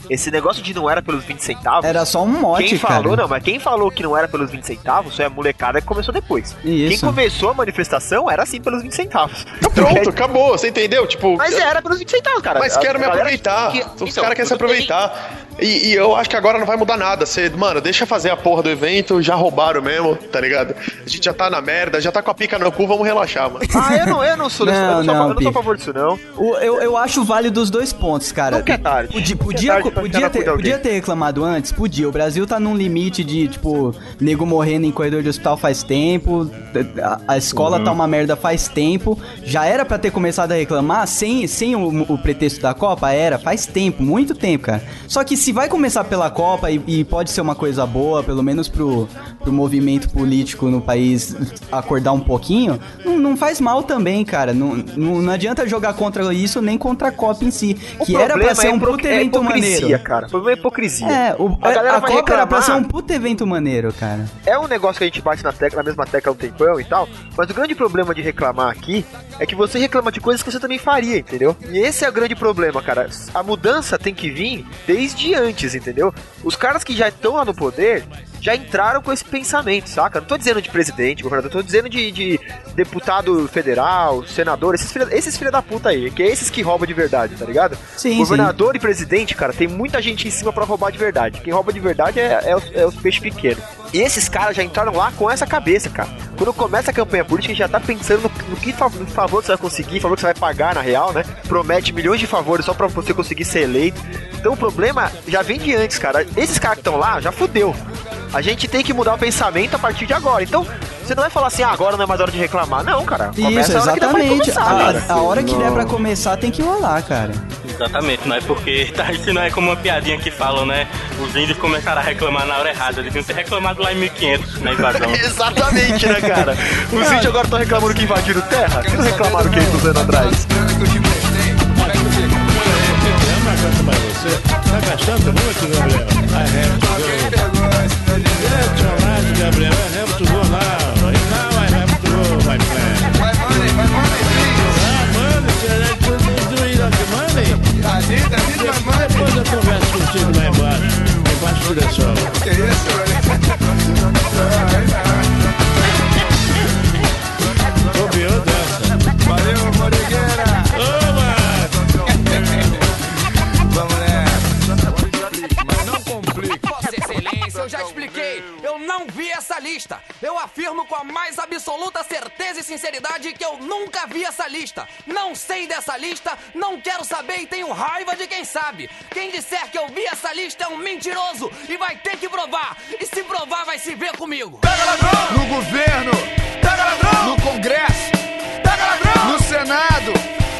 Esse negócio de não era pelos 20 centavos.
Era só um mote,
quem
cara.
falou, não, mas quem falou que não era pelos 20 centavos foi a molecada que começou depois.
Isso.
Quem começou a manifestação era sim pelos 20 centavos.
Tá Pronto, acabou, você entendeu? Tipo,
Mas é, era pelos 20 centavos, cara.
Mas
A
quero me
galera
aproveitar.
que- Então,
Os caras querem se aproveitar. E, e eu acho que agora não vai mudar nada. Você, mano, deixa fazer a porra do evento, já roubaram mesmo, tá ligado? A gente já tá na merda, já tá com a pica no cu, vamos relaxar, mano.
Ah, eu não, eu não sou, desse- eu
Não,
não, sou,
não,
eu não
Pi.
sou a favor disso, não.
O- eu, eu acho válido os dois pontos, cara.
Nunca é tarde.
Podia,
Nunca é tarde
podia,
pra
podia,
tentar
ter,
cuidar alguém.
podia ter reclamado antes? Podia. O Brasil tá num limite de, tipo, nego morrendo em corredor de hospital faz tempo, a, a escola
Uhum.
tá uma merda faz tempo. Já era pra ter começado a reclamar sem, sem o, o pretexto da Copa? Era, faz tempo, muito tempo, cara. Só que se vai começar pela Copa e, e pode ser uma coisa boa, pelo menos pro, pro movimento político no país acordar um pouquinho, não, não faz mal também, cara. Não, não, não adianta jogar contra isso nem contra a Copa em si,
O
que era pra
problema
ser
é
um
hipro-
puto
é
evento
hipocrisia,
maneiro.
cara. O problema é hipocrisia.
É, o,
A galera
a,
vai
Copa era pra
reclamar.
ser um puto evento maneiro, cara.
É um negócio que a gente bate na, tecla, na mesma tecla há um tempão e tal, mas o grande problema de reclamar aqui é que você reclama de coisas que você também faria, entendeu? E esse é o grande problema, cara. A mudança tem que vir desde antes, entendeu? Os caras que já estão lá no poder já entraram com esse pensamento, saca? Não tô dizendo de presidente, governador, tô dizendo de, de deputado federal, senador, esses filha, esses filha da puta aí, que é esses que roubam de verdade, tá ligado?
Sim, sim.
governador e presidente, cara, tem muita gente em cima pra roubar de verdade. Quem rouba de verdade é, é os, é os peixes pequenos. E esses caras já entraram lá com essa cabeça, cara. Quando começa a campanha política, a gente já tá pensando no, no que fa- no favor que você vai conseguir, favor que você vai pagar, na real, né? Promete milhões de favores só pra você conseguir ser eleito. Então o problema já vem de antes, cara. Esses caras que estão lá, já fudeu. A gente tem que mudar o pensamento a partir de agora. Então, você não vai falar assim, ah, agora não é mais hora de reclamar. Não, cara.
Isso,
a hora que dá pra
exatamente.
começar,
A-
cara.
a, hora que der pra começar tem que rolar, cara.
Exatamente, não é porque tá, isso não é como uma piadinha que falam, né? Os índios começaram a reclamar na hora errada, eles deviam ter reclamado lá em 1500 na invasão.
Exatamente, né, cara? Os índios agora estão reclamando que invadiram terra. Que não tá reclamaram que eles anos atrás.
Vossa Excelência, eu já expliquei. Eu não vi essa lista. Eu afirmo com a mais absoluta certeza e sinceridade que eu nunca vi essa lista. Não sei dessa lista, não quero saber e tenho raiva de quem sabe. Quem disser que eu vi essa lista é um mentiroso e vai ter que provar. E se provar, vai se ver comigo.
Pega ladrão! No governo! Pega ladrão! No Congresso! Pega ladrão! No Senado!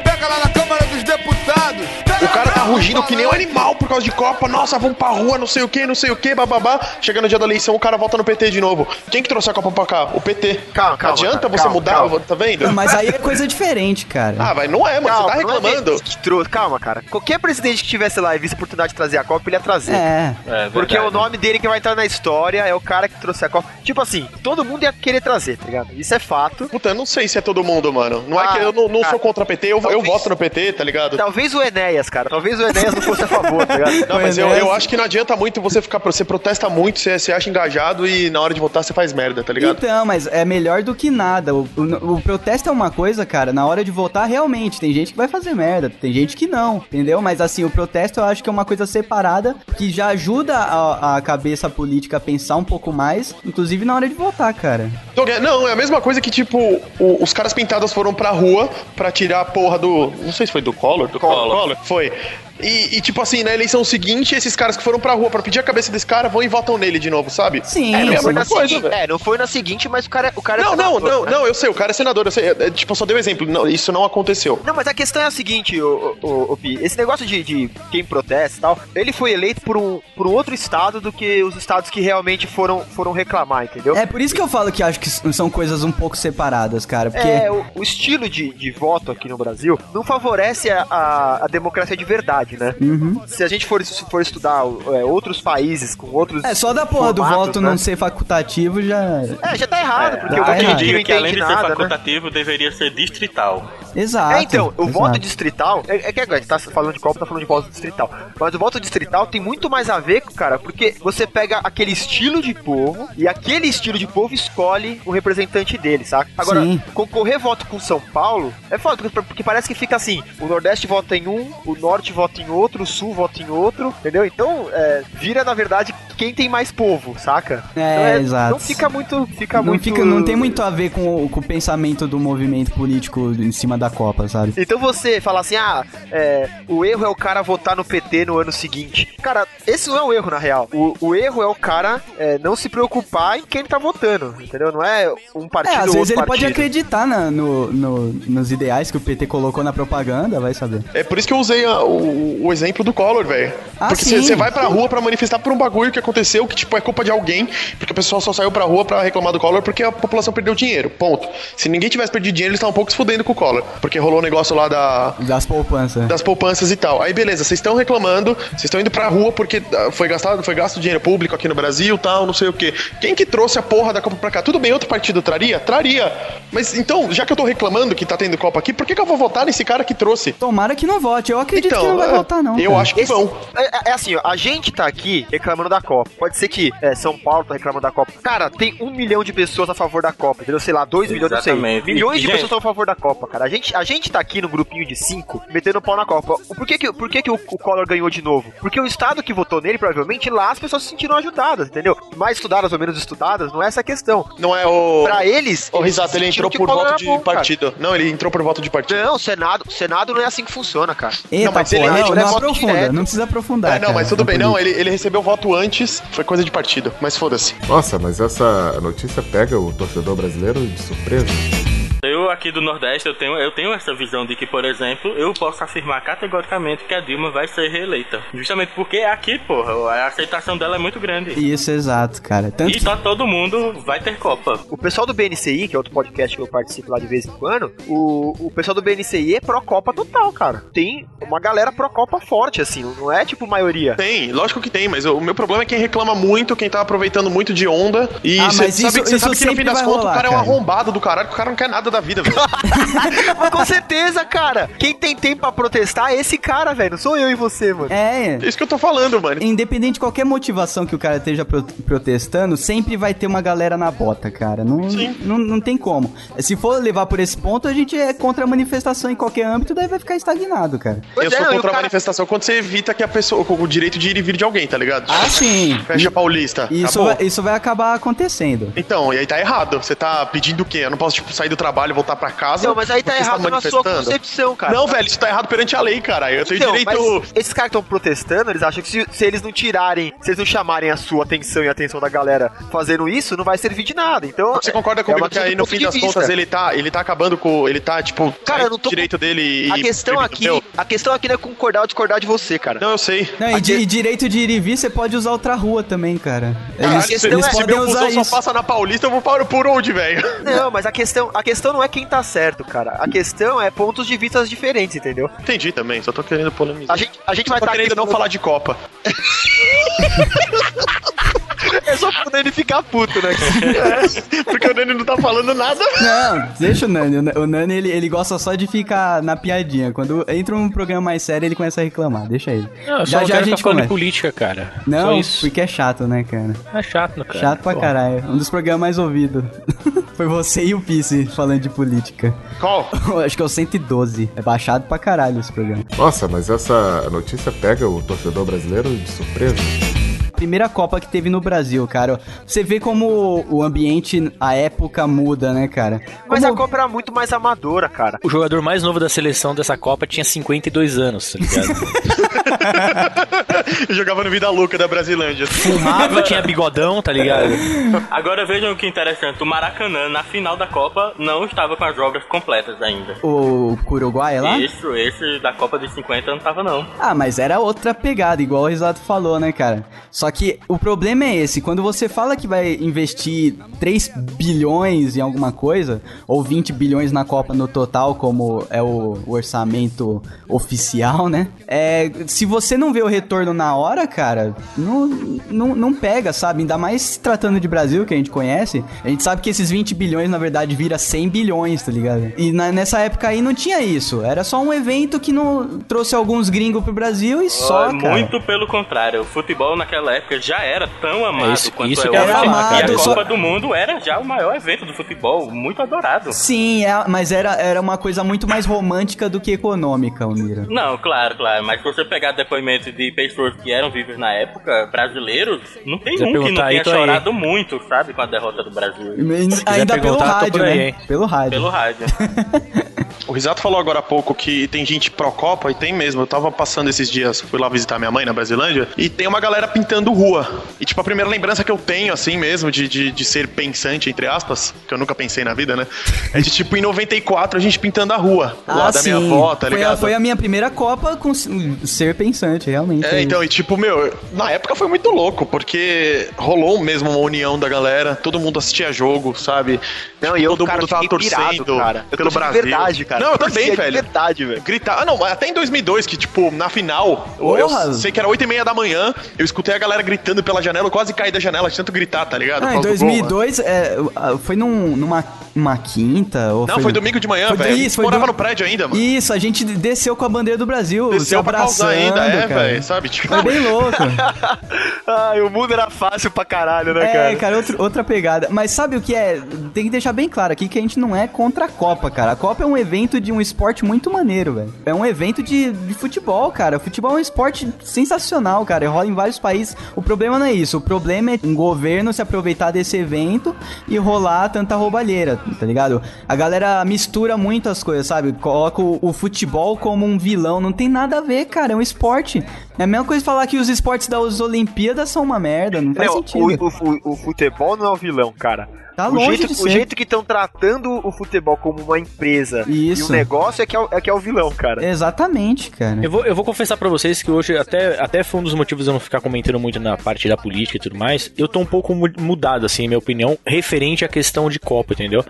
Pega lá na Câmara dos Deputados!
O cara tá rugindo que nem um animal por causa de Copa. Nossa, vamos pra rua, não sei o que, não sei o que, bababá. Chega no dia da eleição, o cara volta no PT de novo. Quem que trouxe a Copa pra cá? O PT.
Calma, calma,
Adianta
cara,
você
calma,
mudar,
calma.
tá vendo?
Mas aí é coisa diferente, cara.
Ah, vai, não é, mano.
Calma,
você tá
não é
reclamando.
ele que trouxe. Calma, cara. Qualquer presidente que tivesse lá e visse a oportunidade de trazer a Copa, ele ia trazer.
É.
É,
Porque
verdade.
o nome dele que vai entrar na história é o cara que trouxe a Copa. Tipo assim, todo mundo ia querer trazer, tá ligado? Isso é fato.
Puta, eu não sei se é todo mundo, mano. Não
Ah,
é que eu não, não
cara.
sou contra o PT, eu, eu
Talvez.
voto no PT, tá ligado?
Talvez o Enéas, cara. Talvez o Enéas não fosse a favor, tá ligado?
Não, mas
Foi
eu, eu
nessa.
acho que não adianta muito você ficar. Você protesta muito, você, você acha engajado e na hora de votar você faz merda, tá ligado?
Então, mas é melhor do que nada. O, o- o protesto é uma coisa, cara. Na hora de votar, realmente, tem gente que vai fazer merda, tem gente que não, entendeu? Mas assim, o protesto eu acho que é uma coisa separada que já ajuda a, a cabeça política a pensar um pouco mais, inclusive na hora de votar, cara.
Dogue- Não, é a mesma coisa que, tipo, o- os caras pintados foram pra rua pra tirar a porra do. Não sei se foi do Collor? Do
Collor.
Foi. E, e, tipo assim, na eleição seguinte, esses caras que foram pra rua pra pedir a cabeça desse cara vão e votam nele de novo, sabe?
Sim,
é a
não,
mesma
foi na
coisa,
seguinte,
velho.
é, não foi na seguinte, mas o cara, o cara é
Não, não,
senador,
não,
né?
não, eu sei, o cara é senador, eu sei. é, é, tipo, só dei um exemplo. Não, isso não aconteceu.
Não, mas a questão é a seguinte, ô, ô, ô, ô, Pi. Esse negócio de, de quem protesta e tal, ele foi eleito por um, por um outro estado do que os estados que realmente foram, foram reclamar, entendeu?
É por isso que eu falo que acho que s- são coisas um pouco separadas, cara. Porque
É, o, o estilo de, de voto aqui no Brasil não favorece a, a, a democracia de verdade, né?
Uhum.
Se a gente for, se for estudar o- é, outros países com outros.
É, só da porra do
formatos,
voto
né?
não ser facultativo já.
É, já tá errado, porque
tá
o voto
errado.
não
Eu digo é que além
entende
de ser
nada, né?
facultativo, deveria ser distrital.
Exato.
É, então, o
exato.
voto distrital. É, é que agora a gente tá falando de Copa, tá falando de voto distrital. Mas o voto distrital tem muito mais a ver, cara, porque você pega aquele estilo de povo e aquele estilo de povo escolhe o representante dele, saca? Agora,
Sim.
concorrer voto com São Paulo é foda, porque, porque parece que fica assim: o Nordeste vota em um, o Norte vota em outro, o Sul vota em outro, entendeu? Então, é, vira na verdade quem tem mais povo, saca?
É,
Então
exato.
Não fica muito. Fica
não,
muito...
fica, não tem muito a ver com o, com o pensamento do movimento político em cima da Copa, sabe?
Então você fala assim, ah, é, o erro é o cara votar no PT no ano seguinte. Cara, esse não é o erro, na real. O, o erro é o cara é, não se preocupar em quem ele tá votando, entendeu? Não é um
É,
partido
às
ou
vezes
outro
ele pode
partido.
acreditar na- no, no- nos ideais que o PT colocou na propaganda, vai saber.
É por isso que eu usei a- o, o exemplo do Collor, velho.
Ah,
porque
sim.
você vai pra rua pra manifestar por um bagulho que aconteceu, que tipo é culpa de alguém, porque o pessoal só saiu pra rua pra reclamar do Collor porque a população perdeu dinheiro. Ponto. Se ninguém tivesse perdido dinheiro, eles estavam um pouco se fudendo com o Collor. Porque rolou o negócio lá da,
Das poupanças.
das poupanças e tal. Aí beleza, vocês estão reclamando, vocês estão indo pra rua porque ah, foi gastado, foi gasto dinheiro público aqui no Brasil, tal, não sei o quê. Quem que trouxe a porra da Copa pra cá? Tudo bem, outro partido traria? Traria. Mas então, já que eu tô reclamando que tá tendo Copa aqui, por que, que eu vou votar nesse cara que trouxe?
Tomara que não vote. Eu acredito
Então,
que não vai
é,
votar, não.
eu
cara.
acho que
Esse-
vão.
É, é assim, ó, a gente tá aqui reclamando da Copa. Pode ser que é, São Paulo tá reclamando da Copa. Cara, tem um milhão de pessoas a favor da Copa, entendeu? Sei lá, dois milhões, não sei.
Exatamente.
Milhões de
E, gente-
pessoas estão a favor da Copa, cara. A gente, a gente tá aqui no grupinho de cinco metendo pau na Copa. O- Por que que, por que, que o, o Collor ganhou de novo? Porque o Estado que votou nele, provavelmente, lá as pessoas se sentiram ajudadas, entendeu? Mais estudadas ou menos estudadas, não é essa a questão.
Não é o.
Pra eles...
Ô,
eles
Risato, ele
sentiram
entrou
que
por
Collor
voto
era
de
bom, cara.
partido. Não, ele entrou por voto de partido.
Não, o Senado, o Senado não é assim que funciona, cara.
Eita,
Não, mas
porra,
ele-
não,
ele
não
é voto
aprofunda,
direto.
não precisa aprofundar.
É, não,
cara,
mas tudo bem. Não,
política.
ele, ele recebeu voto antes, foi coisa de partido, mas foda-se.
Nossa, mas essa notícia pega o torcedor brasileiro de surpresa.
Eu aqui do Nordeste, eu tenho, eu tenho essa visão de que, por exemplo, eu posso afirmar categoricamente que a Dilma vai ser reeleita. Justamente porque é aqui, porra, a aceitação dela é muito grande.
Isso, exato, cara. Tanto
E tá todo mundo vai ter Copa.
O pessoal do BNCI, que é outro podcast que eu participo lá de vez em quando, o, o pessoal do BNCI é pró-copa total, cara. Tem uma galera pró-copa forte, assim, não é tipo maioria.
Tem, lógico que tem, mas o meu problema é quem reclama muito, quem tá aproveitando muito de onda. E
Ah,
você
mas
sabe,
isso-
cê
isso
sabe que no
sempre
fim das
vai
contas
rolar,
o cara é um
cara.
arrombado do caralho, que o cara não quer nada da vida, velho. tá
Mas com certeza, cara, quem tem tempo pra protestar é esse cara, velho. Não sou eu e você, mano.
É.
É isso que eu tô falando, mano.
Independente de qualquer motivação que o cara esteja pro- protestando, sempre vai ter uma galera na bota, cara. Não, não, não tem como. Se for levar por esse ponto, a gente é contra a manifestação em qualquer âmbito, daí vai ficar estagnado, cara.
Pois
eu
é,
sou
não, e
contra
o
a
cara-
manifestação quando você evita que a pessoa. com o direito de ir e vir de alguém, tá ligado?
Ah, sim.
Fecha paulista.
Isso
acabou.
vai, isso vai acabar acontecendo.
Então, e aí tá errado. Você tá pedindo o quê? Eu não posso, tipo, sair do trabalho e voltar pra casa.
Não, mas aí tá
porque você
errado na sua
manifestando?
concepção, cara.
Não, velho, isso tá errado perante a lei, cara. Eu tenho
Então,
direito.
mas esses caras que estão protestando, eles acham que se, se eles não tirarem, se eles não chamarem a sua atenção e a atenção da galera fazendo isso, não vai servir de nada. Então,
Você concorda comigo
uma
que
questão
aí
do
no
ponto
fim
de
das
vista.
contas ele tá, ele tá acabando com. Ele tá, tipo,
Cara, eu não tô
o direito dele e.
A questão
proibindo o
aqui,
meu?
a questão aqui não é concordar ou discordar de você, cara.
Não, eu sei.
Não, e, di- e direito de ir e vir, você pode usar outra rua também, cara.
Caralho,
Eles,
Ah,
é-
se,
eles
se
podem
meu
usar
busão só
isso.
passa na Paulista, eu vou para por onde, velho?
Não, mas a questão, a questão não é quem tá certo, cara. A questão é pontos de vista diferentes, entendeu?
Entendi também, só tô querendo polemizar.
A gente, a gente
Só
vai
tô
estar
querendo
aqui.
não falar de Copa.
É só pra ele ficar puto, né?
Porque o Nani não tá falando nada.
Não, deixa o Nani. O Na- O Nani, ele, ele gosta só de ficar na piadinha. Quando entra um programa mais sério, ele começa a reclamar. Deixa ele.
Não, eu só não quero ficar falando de
começa.
política, cara. só
Não,
isso.
porque é chato, né, cara?
É chato, cara.
Chato pra
Pô.
caralho. Um dos programas mais ouvidos. Foi você e o Pisse falando de política.
Qual?
Acho que é o 112. É baixado pra caralho esse programa.
Nossa, mas essa notícia pega o torcedor brasileiro de surpresa.
Primeira Copa que teve no Brasil, cara. Você vê como o ambiente, a época muda, né, cara?
Mas é a
Como-
Copa era muito mais amadora, cara.
O jogador mais novo da seleção dessa Copa tinha 52 anos, tá ligado?
Eu jogava no Vida Louca da Brasilândia.
Fumava, tinha bigodão, tá ligado?
Agora vejam que interessante, o Maracanã na final da Copa não estava com as obras completas ainda.
O Uruguai é
Tá?
lá?
Isso, esse da Copa de 50 não tava não.
Ah, mas era outra pegada, igual o Risato falou, né, cara? Só que o problema é esse, quando você fala que vai investir 3 bilhões em alguma coisa, ou 20 bilhões na Copa no total, como é o o orçamento oficial, né? É, se você não vê o retorno na hora, cara, não, não, não pega, sabe? Ainda mais se tratando de Brasil, que a gente conhece, a gente sabe que esses 20 bilhões, na verdade, vira 100 bilhões, tá ligado? E na- nessa época aí não tinha isso, era só um evento que não trouxe alguns gringos pro Brasil e só,
Ah,
cara.
Muito pelo contrário, o futebol naquela época já era tão amado
isso-
quanto
isso que
é
eu ia
hoje.
falar,
e
cara.
a
Só-
Copa do Mundo era já o maior evento do futebol, muito adorado.
Sim, é, mas era, era uma coisa muito mais romântica do que econômica, Almira.
Não, claro, claro. Mas se você pegar depoimentos de pessoas que eram vivas na época, brasileiros, não tem
Você
um que
perguntar
não
aí,
tenha
tô aí.
chorado muito, sabe, com a derrota do Brasil.
Ainda pelo
perguntar, eu tô
rádio,
por aí,
né?
hein?
Pelo rádio.
Pelo rádio.
O Risato falou agora há pouco que tem gente pró-Copa, e tem mesmo. Eu tava passando esses dias, fui lá visitar minha mãe na Brasilândia, e tem uma galera pintando rua. E, tipo, a primeira lembrança que eu tenho, assim mesmo, de, de, de ser pensante, entre aspas, que eu nunca pensei na vida, né? É de, tipo, em 94, a gente pintando a rua. lá da minha avó, tá
Ah, foi, a,
ligado?
foi a minha primeira Copa com s- ser pensante, realmente.
É, então, e tipo, meu, na época foi muito louco, porque rolou mesmo uma união da galera, todo mundo assistia jogo, sabe? Não, e eu, todo
cara,
mundo tava
fiquei pirado,
torcendo
cara. Eu
pelo
torci de
Brasil.
verdade, cara.
Não, eu
Torcia
também,
de
velho.
verdade, velho.
Gritar. Ah, não, mas até em 2002, que tipo, na final, eu-
Porra!
eu sei que era 8 e meia da manhã, eu escutei a galera gritando pela janela, eu quase caí da janela de tanto gritar, tá ligado?
Ah,
Por
em
causa do gol, né?
2002, é, ah, foi num- numa uma quinta? Ou
Não, foi domingo de manhã,
Foi do-
velho. A gente
Isso, foi
morava
do-
no prédio ainda, mano.
Isso, a gente desceu com a bandeira do Brasil. se
Desceu pra
abraçando,
causar ainda, é,
cara.
velho, sabe? Tipo,
Foi bem louco.
Ai, o mundo era fácil pra caralho, né,
É,
cara?
cara, outro- outra pegada. Mas sabe o que é? Tem que deixar bem claro aqui que a gente não é contra a Copa, cara. A Copa é um evento de um esporte muito maneiro, velho. É um evento de, de futebol, cara. Futebol é um esporte sensacional, cara. E Rola em vários países. O problema não é isso. O problema é um governo se aproveitar desse evento e rolar tanta roubalheira, tá ligado? A galera mistura muito as coisas, sabe? Coloca o, o futebol como um vilão. Não tem nada a ver, cara. É um esporte. É a mesma coisa falar que os esportes das Olimpíadas são uma merda. Não faz
Não,
sentido.
o, o fu- o futebol não é o vilão, cara.
Tá
o
longe
jeito,
de
o
ser.
jeito que estão tratando o futebol como uma empresa e
Isso.
um negócio é que é o, é que é o vilão, cara.
Exatamente, cara.
Eu vou, eu vou confessar pra vocês que hoje, até, até foi um dos motivos de eu não ficar comentando muito na parte da política e tudo mais, eu tô um pouco mu- mudado, assim, minha opinião, referente à questão de Copa, entendeu?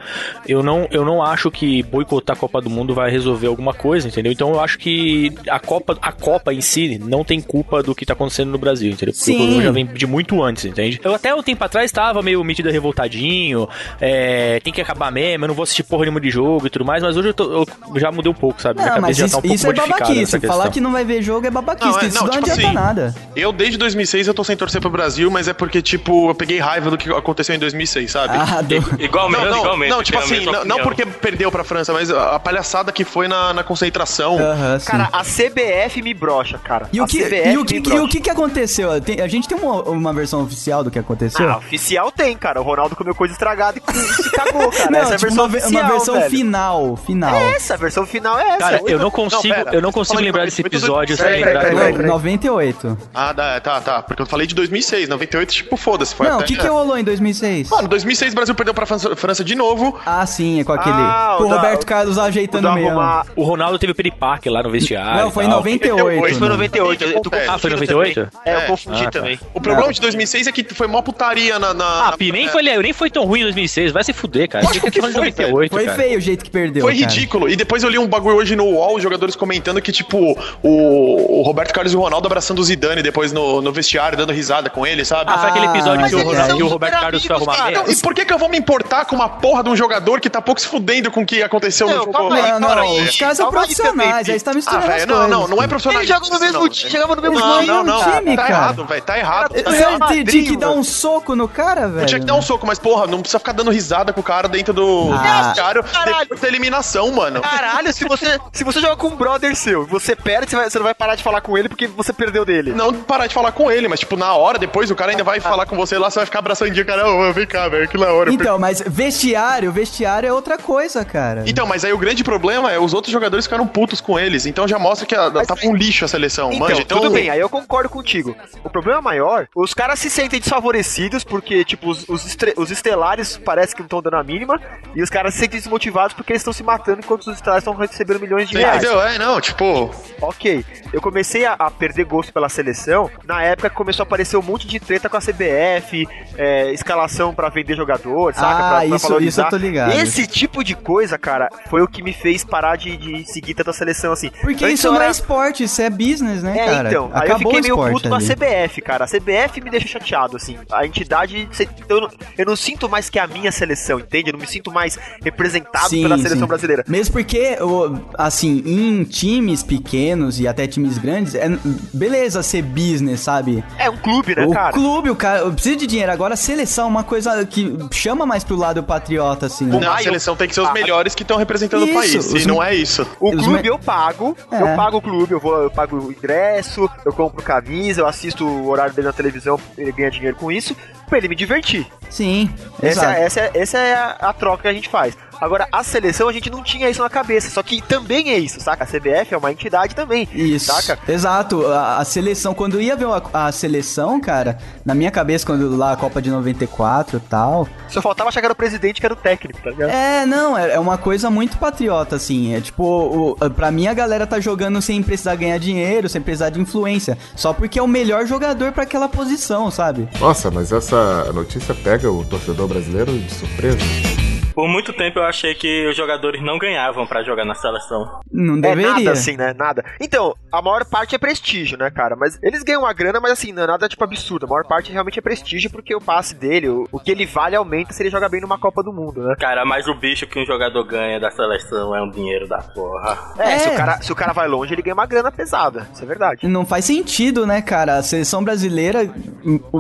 Eu não, eu não acho que boicotar a Copa do Mundo vai resolver alguma coisa, entendeu? Então eu acho que a Copa, a Copa em si não tem culpa do que tá acontecendo no Brasil, entendeu? Porque
Sim.
o problema já vem de muito antes, entende? Eu até um tempo atrás tava meio metido revoltadinho, é, tem que acabar mesmo, eu não vou assistir porra nenhuma de jogo e tudo mais, mas hoje eu, tô- eu já mudei um pouco, sabe? Minha
Não, mas
cabeça já
isso,
tá um pouco
isso é
modificada
babaquice.
nessa
Falar
questão.
que não vai ver jogo é babaquice.
Não, é-
isso
não,
não,
tipo
adianta
assim,
nada.
Eu, desde 2006, eu tô sem torcer pro Brasil, mas é porque, tipo, eu peguei raiva do que aconteceu em 2006, sabe?
Ah, do-
Igualmente,
não, não,
igualmente,
Não, tipo
tenho a
assim,
mesma
não, não
opinião.
porque perdeu pra França, mas a a palhaçada que foi na, na concentração.
Aham, sim.
Cara, a CBF me brocha, cara.
E o,
a
que,
CBF
e o, que,
me
que-
brocha.
o que que aconteceu? Tem- a gente tem uma, uma versão oficial do que aconteceu?
Ah, oficial tem, cara. O Ronaldo comeu coisa estragada e se cagou, cara.
Não,
essa é a
tipo,
versão
uma, ve-
oficial,
uma versão
velho.
final. Final.
É essa, a versão final é essa.
Cara, eu não consigo,
pera,
eu não
tô
consigo
falando
lembrar
de
desse
92.
episódio sem
Peraí,
lembrar
peraí,
do-
peraí,
Não, 98.
Ah, dá, tá, tá. Porque eu falei de 2006. 98, tipo, foda-se. Foi
não, o
até...
que, que rolou em 2006?
Mano, 2006 o Brasil perdeu pra França, França de novo.
Ah, sim, é com aquele.
Ah,
com o
o da- Ah,
Roberto Carlos
O
ajeitando
do
o meio.
arrumar-
O Ronaldo teve peripaque lá no vestiário.
Não, foi em
e tal.
98.
Foi
mano.
98, eu tô
Ah,
foi
confundindo
98?
também. É, eu confundi também.
O problema de 2006 é que foi mó putaria na... na é,
Ah, Pi, nem foi, nem foi tão ruim em 2006. Vai se fuder, cara.
Lógico
Fica
que
falando de
foi, velho.
98,
Foi
um cara.
feio o jeito que perdeu.
Foi
cara.
ridículo. E depois eu li um bagulho hoje no UOL, os jogadores comentando que, tipo, o, o Roberto Carlos e o Ronaldo abraçando o Zidane depois no, no vestiário, dando risada com ele, sabe? Ah,
Ah, foi aquele episódio
mas
que o,
eles
Ronaldo,
são
que o Roberto
super
Carlos foi
amigos,
arrumar
cara.
merda.
E por que, que eu vou me importar com uma porra de um jogador que tá pouco se fudendo com o que aconteceu no
Não,
jogo?
calma aí,
Ah,
Não,
Cara,
não,
e-
os caras são
calma aí também,
profissionais,
Pi.
aí você tá misturando as
não,
coisas.
não, não é profissional.
Ele joga no mesmo time, chegava no mesmo
não,
time.
não, não,
um time,
tá
cara.
errado, velho, tá errado.
Cara,
Tá
Você
Real
errado.
tinha-
Madrid,
tinha que dar
mano.
um soco no cara, velho.
Tinha que dar um soco, mas porra, não precisa ficar dando risada com o cara dentro do
Ah.
vestiário
Caralho.
depois da eliminação, mano.
Caralho, se você, se você joga com um brother seu e você perde, você, vai- você não vai parar de falar com ele porque você perdeu dele.
Não parar de falar com ele, mas tipo, na hora, depois o cara ainda vai falar com você lá, você vai ficar abraçandinho, cara, ô, vem cá, velho, que na hora. eu
Então, mas vestiário, vestiário é outra coisa, cara.
Então, mas aí o grande problema é os outros jogadores ficaram putos com eles. Então já mostra que a, tá um lixo a seleção,
Então,
manja. Então,
tudo bem, aí eu concordo contigo. O problema maior, os caras se sentem desfavorecidos porque, tipo, os, os, estre- os estelares parece que não estão dando a mínima e os caras se sentem desmotivados porque eles estão se matando enquanto os estelares estão recebendo milhões de
você
reais.
entendeu? É, não, tipo.
Ok, eu comecei a, a perder gosto pela seleção na época que começou a aparecer um monte de treta com a CBF, é, escalação pra vender jogador, saca?
Ah,
pra, pra
isso-
valorizar.
isso eu tô ligado.
Esse tipo de coisa, cara, foi o que me fez parar de, de seguir tanta seleção assim.
Porque
Antes
isso
eu
não é
era-
esporte, isso é business, né,
é,
cara?
então, aí eu
Acabou
fiquei
o
meio
esporte
puto com a
ali.
CBF, cara. A CBF me deixa chateado, assim. A entidade. se- então Eu não, eu não sinto mais que é a minha seleção, entende? Eu não me sinto mais representado
Sim,
pela seleção
sim.
brasileira.
Mesmo porque, o- assim, em times pequenos e até times grandes, é beleza ser business, sabe?
É um clube, né,
o
cara?
clube, o cara precisa de dinheiro. Agora, a seleção é uma coisa que chama mais pro lado patriota, assim. né?
Não, a seleção tem que
Ah.
ser os melhores que estão representando
Isso,
o país.
os-
E não é isso.
O
Eles
clube
me-
eu pago,
É.
eu pago o clube, eu vou, eu pago o ingresso, eu compro camisa, eu assisto o horário dele na televisão, ele ganha dinheiro com isso, pra ele me divertir.
Sim,
Essa,
exato.
essa, essa é a, a troca que a gente faz. Agora, a seleção a gente não tinha isso na cabeça, só que também é isso, saca? A CBF é uma entidade também,
Isso.
saca?
Exato. A, a seleção, quando eu ia ver a, a seleção, cara, na minha cabeça, quando lá a Copa de 94 e tal.
Só faltava achar que era o presidente, que era o técnico, tá ligado?
É, não, é, é uma coisa muito patriota, assim. É tipo, o, pra mim a galera tá jogando sem precisar ganhar dinheiro, sem precisar de influência. Só porque é o melhor jogador pra aquela posição, sabe?
Nossa, mas essa notícia pega o torcedor brasileiro de surpresa.
Por muito tempo eu achei que os jogadores não ganhavam pra jogar na seleção.
Não
É
deveria.
nada assim, né? Nada. Então, a maior parte é prestígio, né, cara? Mas eles ganham uma grana, mas assim, não é nada tipo absurdo. A maior parte realmente é prestígio porque o passe dele, o, o que ele vale aumenta se ele joga bem numa Copa do Mundo, né?
Cara, mas o bicho que um jogador ganha da seleção é um dinheiro da porra.
É, Se, o cara, se o cara vai longe, ele ganha uma grana pesada. Isso é verdade.
Não faz sentido, né, cara? A seleção brasileira,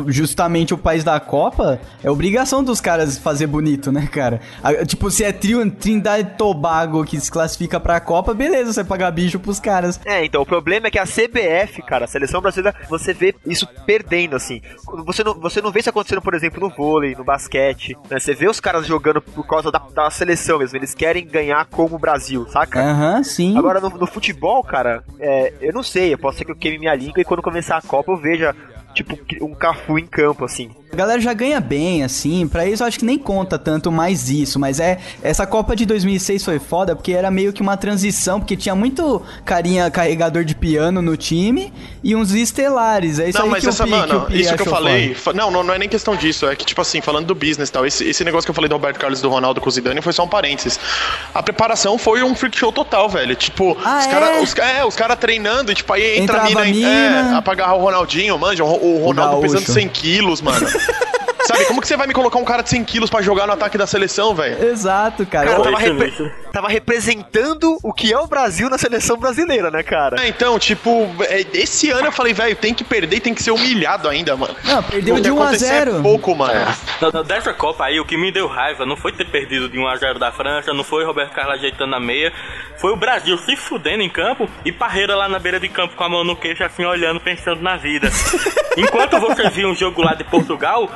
justamente o país da Copa, é obrigação dos caras fazer bonito, né, cara? Ah, Tipo, se é tri- Trindade e Tobago que se classifica pra Copa, beleza, você paga bicho pros caras.
É, então, o problema é que a CBF, cara, a seleção brasileira, você vê isso perdendo, assim. Você não, você não vê isso acontecendo, por exemplo, no vôlei, no basquete. né? Você vê os caras jogando por causa da, da seleção mesmo. Eles querem ganhar como o Brasil, saca?
Aham, sim.
Agora, no, no futebol, cara, é, eu não sei. Eu posso ser que eu queime minha língua e quando começar a Copa eu veja, tipo, um Cafu em campo, assim.
A galera já ganha bem, assim, pra eles eu acho que nem conta tanto mais isso, mas é, essa Copa de 2006 foi foda porque era meio que uma transição, porque tinha muito carinha carregador de piano no time e uns estelares, é isso
não,
aí
mas
que
essa,
o Pi,
mano,
que o é, Pi
isso que eu
achou
falei.
foda.
fa- Não, não, não é nem questão disso. É que, tipo assim, falando do business e tal, esse, esse negócio que eu falei do Roberto Carlos e do Ronaldo com o Zidane foi só um parênteses. A preparação foi um freak show total, velho. Tipo,
Ah,
os
é?
caras os, é, os cara treinando e, tipo, aí entra
Entrava
a mina,
a mina.
É, é, pra agarrar o Ronaldinho, manja. O, o Ronaldo
gaúcho.
pesando 100 quilos, mano. Sabe, como que você vai me colocar um cara de 100 quilos pra jogar no ataque da seleção, velho?
Exato, cara.
Cara,
Eu-
tava, repre- né? tava representando o que é o Brasil na seleção brasileira, né, cara?
É, então, tipo, é, esse ano eu falei, velho, tem que perder e tem que ser humilhado ainda, mano.
Não, perdeu
O que
de 1 a
acontecer
0.
É pouco, mano.
Na- na- Dessa Copa aí, o que me deu raiva não foi ter perdido de 1x0 da França, não foi Roberto Carlos ajeitando a meia, foi o Brasil se fudendo em campo e Parreira lá na beira de campo com a mão no queixo, assim, olhando, pensando na vida. Enquanto vocês viam um jogo lá de Portugal,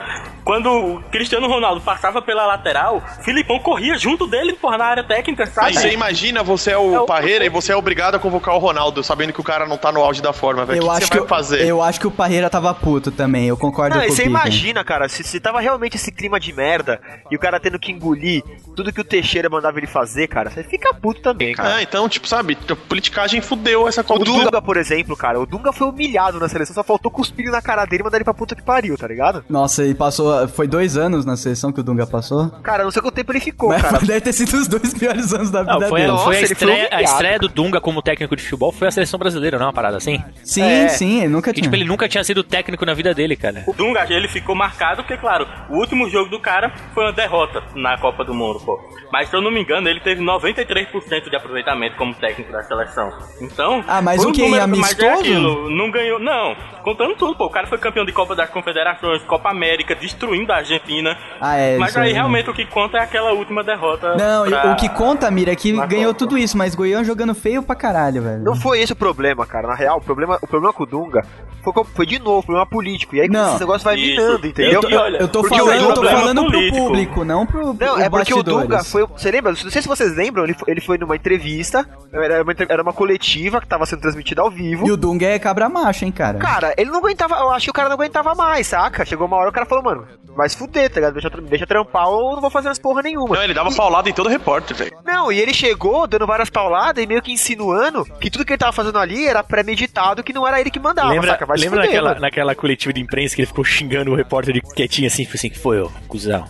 quando o Cristiano Ronaldo passava pela lateral, Filipão corria junto dele, porra, na área técnica, sabe?
Aí você imagina, você é o Parreira e você é obrigado a convocar o Ronaldo, sabendo que o cara não tá no auge da forma, velho. O
Eu
que que
acho
você
que
vai fazer?
Eu acho que o Parreira tava puto também, eu concordo
Não, e
com o
você
Pi, cara.
imagina, cara, se, se tava realmente esse clima de merda e o cara tendo que engolir tudo que o Teixeira mandava ele fazer, cara, você fica puto também, cara.
Ah, então, tipo, sabe, a politicagem fudeu essa
O
Copa do Mundo.
Dunga, por exemplo, cara, o Dunga foi humilhado na seleção, só faltou cuspir na cara dele e mandar ele pra puta que pariu, tá ligado?
Nossa, e passou. Foi dois anos na seleção que o Dunga passou?
Cara, não sei quanto tempo ele ficou, cara.
Mas deve ter sido os dois piores anos da vida
Não, foi,
dele.
foi a,
ele foi
estreia, a
humilhado,
estreia do Dunga como técnico de futebol foi a seleção brasileira, não é uma parada assim?
Sim,
É.
sim, ele nunca
Que,
tinha.
tipo, ele nunca tinha sido técnico na vida dele, cara.
O Dunga, um ele ficou marcado, porque, claro, o último jogo do cara foi uma derrota na Copa do Mundo, pô. Mas, se eu não me engano, ele teve 93% de aproveitamento como técnico da seleção. Então...
Ah, mas
foi
o quê?
número- Mas é
Amistoso?
aquilo, não ganhou... Não, contando tudo, pô. O cara foi campeão de Copa das Confederações, Copa América, destruindo a Argentina.
Ah, é,
Mas
isso
aí,
aí.
realmente, o que conta é aquela última derrota
Não, e
pra-
o que conta, Mira, é que
na
ganhou
Copa.
tudo isso, mas Goião jogando feio pra caralho, velho.
Não foi esse o problema, cara. Na real, o problema, o problema com o Dunga foi, com- foi de novo, o problema político. E aí
Não.
esse negócio vai
Isso.
minando,
Eu
entendeu?
tô- eu-
Eu tô
Porque
falando,
o
eu tô
problema
falando pro
político.
público, não pro
Não,
pros
é porque o
bastidores.
Dunga foi. Você lembra? Não sei se vocês lembram, ele foi, ele foi numa entrevista. Era uma, entre- era uma coletiva que tava sendo transmitida ao vivo.
E o Dunga é cabra macho, hein, cara.
Cara, ele não aguentava. Eu acho que o cara não aguentava mais, saca? Chegou uma hora o cara falou, mano, vai se fuder, tá ligado? Deixa, eu tra- deixa eu trampar ou eu não vou fazer umas porra nenhuma.
Não, ele dava paulada em todo repórter, velho.
Não, e ele chegou dando várias pauladas e meio que insinuando que tudo que ele tava fazendo ali era premeditado, que não era ele que mandava,
Lembra,
saca? Vai se
lembra
fuder,
naquela,
mano.
naquela coletiva de imprensa que ele ficou xingando o repórter de quietinho assim, tipo assim, foi eu, cuzão.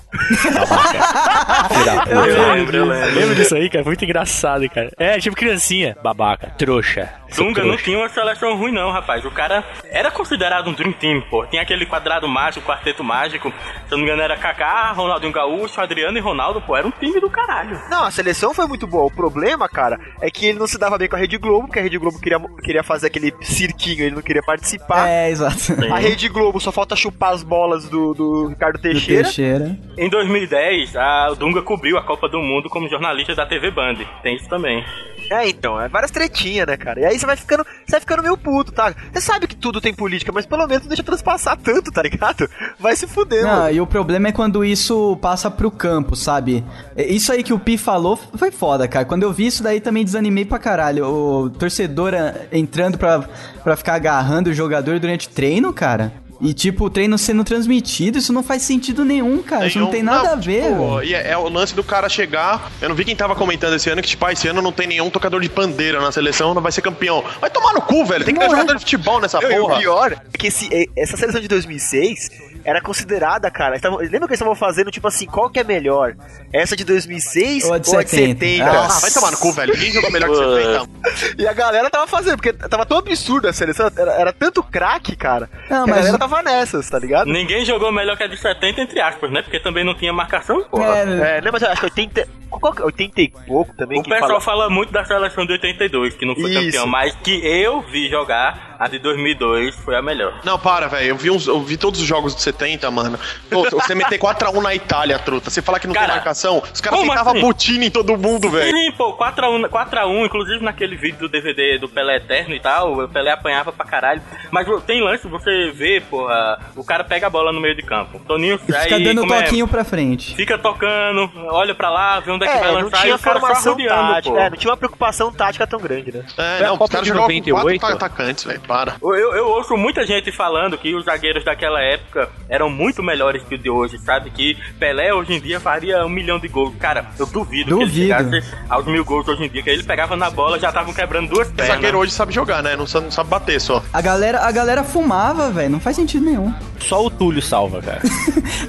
Babaca. Filho da puta.
Eu lembro, eu lembro.
Lembra disso aí, cara? Foi Muito engraçado, cara. É, tipo criancinha. Babaca, trouxa. seu
Dunga não
trouxa.
tinha uma seleção ruim, não, rapaz. O cara era considerado um Dream Team, pô. Tinha aquele quadrado mágico, quarteto mágico. Se eu não me engano, era Kaká, Ronaldinho Gaúcho, Adriano e Ronaldo, pô. Era um time do caralho.
Não, a seleção foi muito boa. O problema, cara, é que ele não se dava bem com a Rede Globo, porque a Rede Globo queria, queria fazer aquele cirquinho, ele não queria participar.
É, exato.
A Rede Globo só falta chupar as bolas do, do Ricardo
Do
Teixeira.
Teixeira.
Em 2010, a o Dunga cobriu a Copa do Mundo como jornalista da TV Band. Tem isso também.
É, então, é várias tretinhas, né, cara? E aí você vai ficando, você vai ficando meio puto, tá? Você sabe que tudo tem política, mas pelo menos não deixa transpassar tanto, tá ligado? Vai se fudendo.
Não, e o problema é quando isso passa pro campo, sabe? É, Isso aí que o Pi falou foi foda, cara. Quando eu vi isso daí também desanimei pra caralho. O torcedor ah, entrando pra, pra ficar agarrando o jogador durante treino, cara. E tipo, o treino sendo transmitido, isso não faz sentido nenhum, cara. É, Isso não tem nada a ver. velho.
Tipo, e é, é o lance do cara chegar. Eu não vi quem tava comentando esse ano que, tipo, ah, esse ano não tem nenhum tocador de pandeira na seleção, não vai ser campeão. Vai tomar no cu, velho. Tem que ter
Não é.
jogador de futebol nessa
Não, e
porra.
O pior é que esse- é- essa seleção de 2006 era considerada, cara. eles tavam- lembra que eles estavam fazendo, tipo assim, qual que é melhor? Essa de 2006
Ou
ou
a
a
de
de
70?
70?
Nossa.
Ah, vai tomar no cu, velho. Ninguém jogou melhor que
então.
70. E a galera tava fazendo, porque tava tão absurdo a seleção, era, era tanto craque, cara.
Não,
que
mas-
A galera tava nessas, tá ligado?
Ninguém jogou melhor que a de 70, entre aspas, né? Porque também não tinha marcação.
É.
É, não, mas eu acho que 80. Qual que é? 80 e pouco também.
O pessoal fala... muito da seleção de 82, que não foi
Isso.
campeão, mas que eu vi jogar, a de 2002 foi a melhor.
Não, para, velho. Eu, vi uns- eu vi todos os jogos de 70, mano. Pô, você meter 4x1 na Itália, truta. Você falar que não tem marcação, os caras
como
tentavam
assim?
botina em todo mundo, velho.
Sim, pô, 4x1, 4x1, inclusive naquele vídeo do DVD do Pelé Eterno e tal, o Pelé apanhava pra caralho. Mas pô, tem lance, você vê, porra, o cara pega a bola no meio de campo. Toninho
E
sai,
fica dando
como é?
toquinho pra frente.
Fica tocando, olha pra lá, vê onde é que vai
É, não
lançar e
tinha
o cara só
formação
rodeando,
tática.
pô.
É, não tinha uma preocupação tática tão grande, né?
É, não, os caras jogavam com quatro atacantes, velho. Para.
Eu, eu- eu ouço muita gente falando que os zagueiros daquela época eram muito melhores que o de hoje, sabe? Que Pelé hoje em dia faria um milhão de gols. Cara, eu duvido, que
Duvido.
ele chegasse aos mil gols hoje em dia, que ele pegava na bola já estavam quebrando duas
O
pernas.
zagueiro hoje sabe jogar, né? Não sabe, não sabe bater só.
A galera, a galera fumava, velho. Não faz sentido nenhum.
Só o Túlio salva, cara.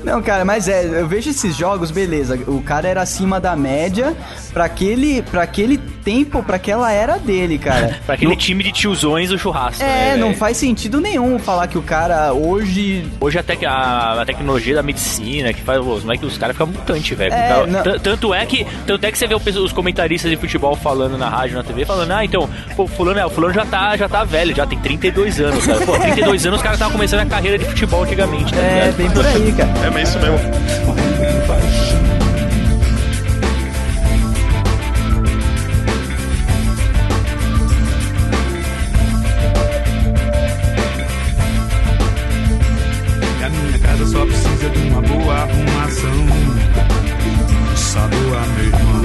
Não, cara, mas é, eu vejo esses jogos, beleza. O cara era acima da média pra aquele, pra aquele tempo, pra aquela era dele, cara.
pra aquele time de tiozões do churrasco.
É,
né,
não
velho?
faz sentido nenhum falar que o cara hoje.
Hoje até que a, a tecnologia da medicina que faz os moleques, os caras ficam mutante, velho.
É,
Tá-
não-
tan- tanto é que tanto é que você vê o peso- os comentaristas de futebol falando na rádio, na TV, falando: "Ah, então, pô, fulano, é, o fulano já tá, já tá velho, já tem 32 anos, cara. Pô, 32 anos o cara tava começando a carreira de futebol antigamente, tá
É,
ligado?
bem por aí, cara.
É, mas isso mesmo.
E a minha casa só precisa de uma boa arrumação. Sabor, meu irmão.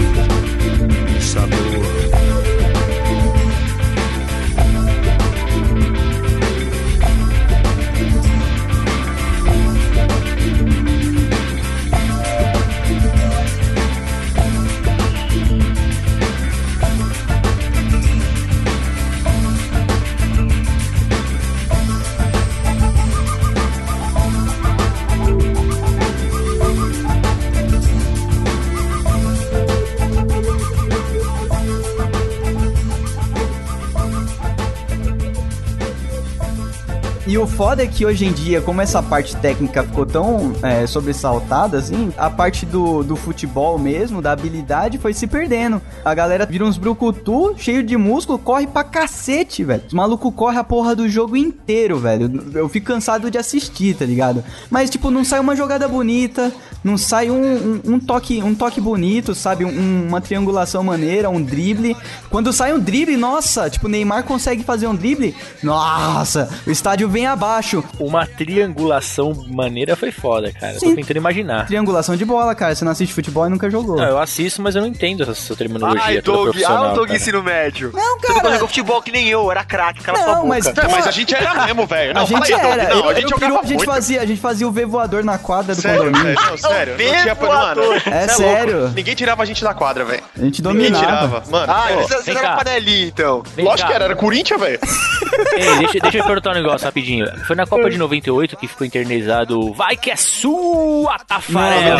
Sabor.
E o foda é que hoje em dia, como essa parte técnica ficou tão é, sobressaltada, assim, a parte do, do futebol mesmo, da habilidade, foi se perdendo. A galera vira uns brucutu, cheio de músculo, corre pra cacete, velho. Os malucos correm a porra do jogo inteiro, velho. Eu fico cansado de assistir, tá ligado? Mas, tipo, não sai uma jogada bonita, não sai um, um- um toque um toque bonito, sabe? Um- uma triangulação maneira, um drible. Quando sai um drible, nossa, tipo, o Neymar consegue fazer um drible, nossa, o estádio vem abaixo.
Uma triangulação maneira foi foda, cara. Eu
Sim.
Tô tentando imaginar.
Triangulação de bola, cara. Você não assiste futebol e nunca jogou.
Não,
É,
eu assisto, mas eu não entendo essa, essa terminologia
Ai,
toda
Doug,
profissional.
ah, o Doug
cara.
ensino médio.
Não,
Você
cara.
não jogou futebol que nem eu, era craque, cala
Não,
sua boca.
mas,
É, mas a gente era mesmo, velho. Não,
a gente
fala aí,
era.
Não,
eu-
É, a gente
eu
jogava
piru- a gente um
muito.
fazia, a gente fazia o V voador na quadra do
Sério,
condomínio.
velho, não, sério. Não tinha pra não,
voador.
né? Cê
É
louco.
sério.
Ninguém tirava a gente da quadra, velho.
A gente
Ninguém
dominava.
tirava. Mano,
Ah,
pô,
você, você
vem
era
cá.
panelinha, então.
Vem
lógico
cá.
que era, era Corinthians, velho.
Ei, deixa, deixa eu perguntar um negócio rapidinho. Foi na Copa de 98 que ficou internalizado o Vai que é sua,
Não,
Tafarel.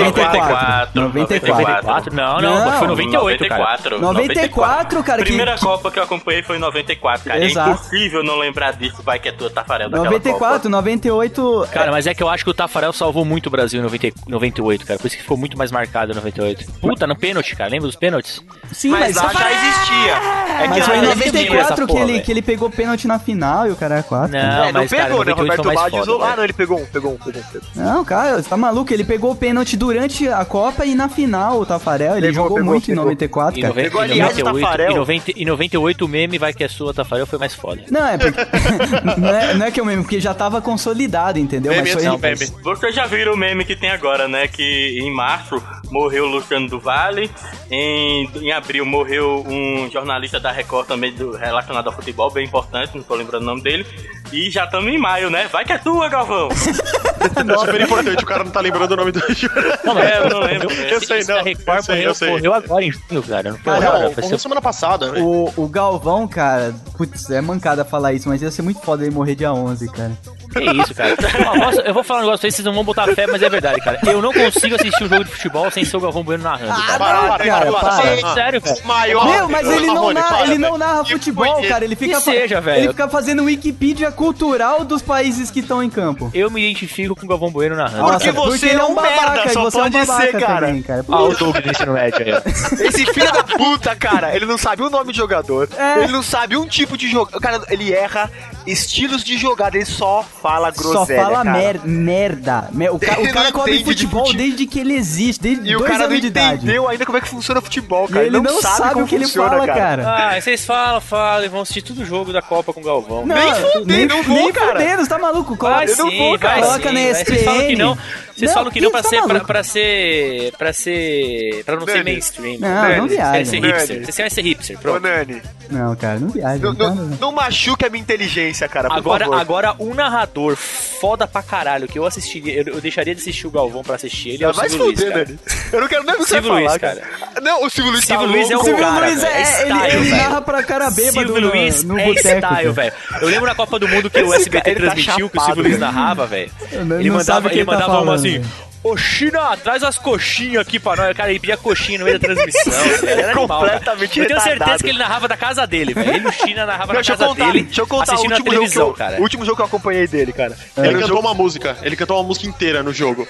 94.
94? Não, não, foi 98, cara.
94,
94, cara, que-
Primeira Copa que eu acompanhei foi em 94, cara.
Exato.
É impossível não lembrar disso, vai que é tua Tafarel daquela
94, 98.
Cara, mas é que eu acho que o Tafarel salvou muito o Brasil em 90 98, cara. Por isso que ficou muito mais marcado em 98. Puta, no pênalti, cara. Lembra dos pênaltis?
Sim, mas,
lá já existia. É que
mas
lá
foi em
já existia.
94
essa
que
porra,
ele,
velho.
que ele pegou pênalti na final e o cara é 4.
Não,
É, não
mas,
pegou,
cara,
pegou, né?
98
Roberto
foi mais
Baggio
foda,
isolou.
velho.
Ah, não, ele pegou um, pegou um, pegou um. Pegou. um.
Não, cara, você tá maluco. Ele pegou o pênalti durante a Copa e na final, o Tafarel. Ele
Pegou,
jogou
pegou,
muito
pegou.
em 94,
Em
cara.
noven- em 98, em 90 em 98 o meme vai que é sua, Tafarel foi mais foda.
Não, é porque. não, é, não é que eu mesmo, porque já tava consolidado, entendeu?
Meme
foi-
assim, meme. Vocês já viram o meme que tem agora, né? Que em março morreu o Luciano do Vale, em, em abril morreu um jornalista da Record também do- relacionado ao futebol, bem importante, não tô lembrando o nome dele. E já estamos em maio, né? Vai que é tua, Galvão!
É super importante, o cara não tá lembrando o nome do jornal.
Não, mas-
é,
tipo,
eu não lembro.
Eu-
Eu sei, não. Eu sei, eu sei.
Morreu agora em junho, cara. Ah, Não foi
Cara,
agora,
o-
foi
o-
seu-
semana passada, né? velho.
O, o Galvão, cara, putz, é mancada falar isso, mas ia ser muito foda ele morrer dia 11, cara.
Que isso, cara. Ó, nossa, eu vou falar um negócio pra vocês, vocês não vão botar fé, mas é verdade, cara. Eu não consigo assistir um jogo de futebol sem ser o Galvão Bueno narrando. cara.
para, cara, para.
Sério, sério, velho.
É. Meu, mas ele não, narra, ele não narra futebol, cara. Ele fica,
Que seja, velho.
ele fica fazendo Wikipedia cultural dos países que estão em campo.
Eu me identifico com o Galvão Bueno narrando.
Nossa, Porque você porque ele é um é um babaca, merda, só você é um pode ser, babaca cara. também, cara.
Ah, o Doug do ensino médio aí. ó.
Esse filho da puta, cara, ele não sabe o nome de jogador,
É.
ele não sabe um tipo de jogo. Cara, ele erra estilos de jogada, ele só fala groselha.
Só fala
cara.
mer- merda. Me- O, ca- o
Ele
cara
não
cobre
entende de
futebol desde que ele existe, desde
E o
dois
cara não
anos de idade.
entendeu ainda como é que funciona futebol, cara.
E ele não sabe
como
o que ele
funciona,
fala, cara.
Ah, e vocês falam, falam e vão assistir todo jogo da Copa com o Galvão.
Não,
Nem fudeu,
nem,
não vou,
nem
cara.
fudendo, você tá maluco? Coloca,
Vai sim, vai
coloca
sim,
na
vai.
ESPN.
Vocês falam que não, vocês falam que não pra
quem
ser,
tá
pra,
maluco?
pra ser. pra ser. pra não ser
Nani.
mainstream.
Não, não viaja.
Você
Nani.
vai ser hipster. Você vai ser hipster,
Ô,
pronto.
Nani,
Não, cara, não viaja.
não,
não tá-
não, não machuque a minha inteligência, cara, por
Agora,
favor.
agora, um narrador foda pra caralho que eu assistiria, eu, eu deixaria de assistir o Galvão pra assistir ele. é
Ah,
o
vai se
Silvio Luiz,
fuder,
cara.
Nani. Eu não quero nem você
Silvio
falar,
Luiz,
cara.
cara.
Não, o Silvio Luiz
Silvio
tá
Luiz é
louco,
um
Silvio
cara,
Luiz
velho.
é- ele- ele
velho.
narra pra cara Tá bêbado
Silvio
no-
Luiz
no
é
boteco,
style,
velho.
velho. Eu lembro na Copa do Mundo que o
Esse
SBT
cara, ele tá
transmitiu que o
chapado,
Silvio
né?
Luiz
velho.
narrava, velho.
Ele
Ele
não sabe
mandava,
o que
ele
ele tá
mandava uma
falando,
assim.
velho.
Ô, China, traz as coxinhas aqui pra nós. Cara, ele pedia coxinha no meio da transmissão. velho.
Ele é
Era animal,
completamente
cara. Eu tenho certeza
retardado.
que ele narrava da casa dele, velho. Ele, o China,
Não,
narrava da
deixa, eu
casa
contar,
dele.
deixa eu contar o
assistindo na
último, jogo que
televisão,
eu,
cara.
o último jogo que eu acompanhei dele, cara.
É.
Ele
Era um
cantou
jogo-
uma música, ele cantou uma música inteira no jogo.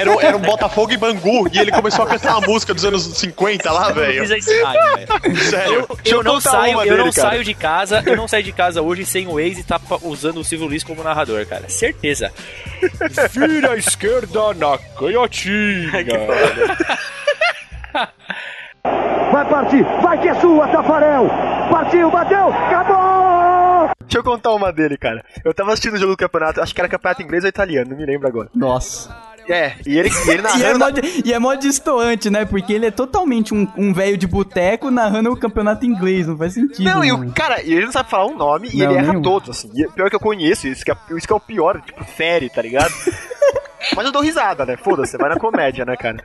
Era, um- era um Botafogo e Bangu, e ele começou a cantar uma música dos anos 50 lá, velho.
Luiz é style, velho.
Sério.
Deixa
eu
eu
não
contar
saio,
uma
eu
dele,
não
cara.
saio de casa, eu não saio de casa hoje sem o Waze tá pa- usando o Silvio Luiz como narrador, cara. Certeza. Vira à esquerda na canhotinha.
Vai partir, vai que é sua, Tafarel! Partiu, bateu, acabou!
Deixa eu contar uma dele, cara. Eu tava assistindo o jogo do campeonato, acho que era campeonato inglês ou italiano, não me lembro agora.
Nossa.
É, e ele, e ele
E é,
narrando.
mó, e é mó distoante, né? Porque ele é totalmente um, um velho de boteco narrando o campeonato inglês, não faz sentido.
Não, e o
mano.
cara, e ele não sabe falar um nome e
Não,
ele erra
nenhum.
todos, assim. E pior que eu conheço, isso que é, isso que é o pior, tipo, série, tá ligado? Mas eu dou risada, né? Foda-se, vai na comédia, né, cara?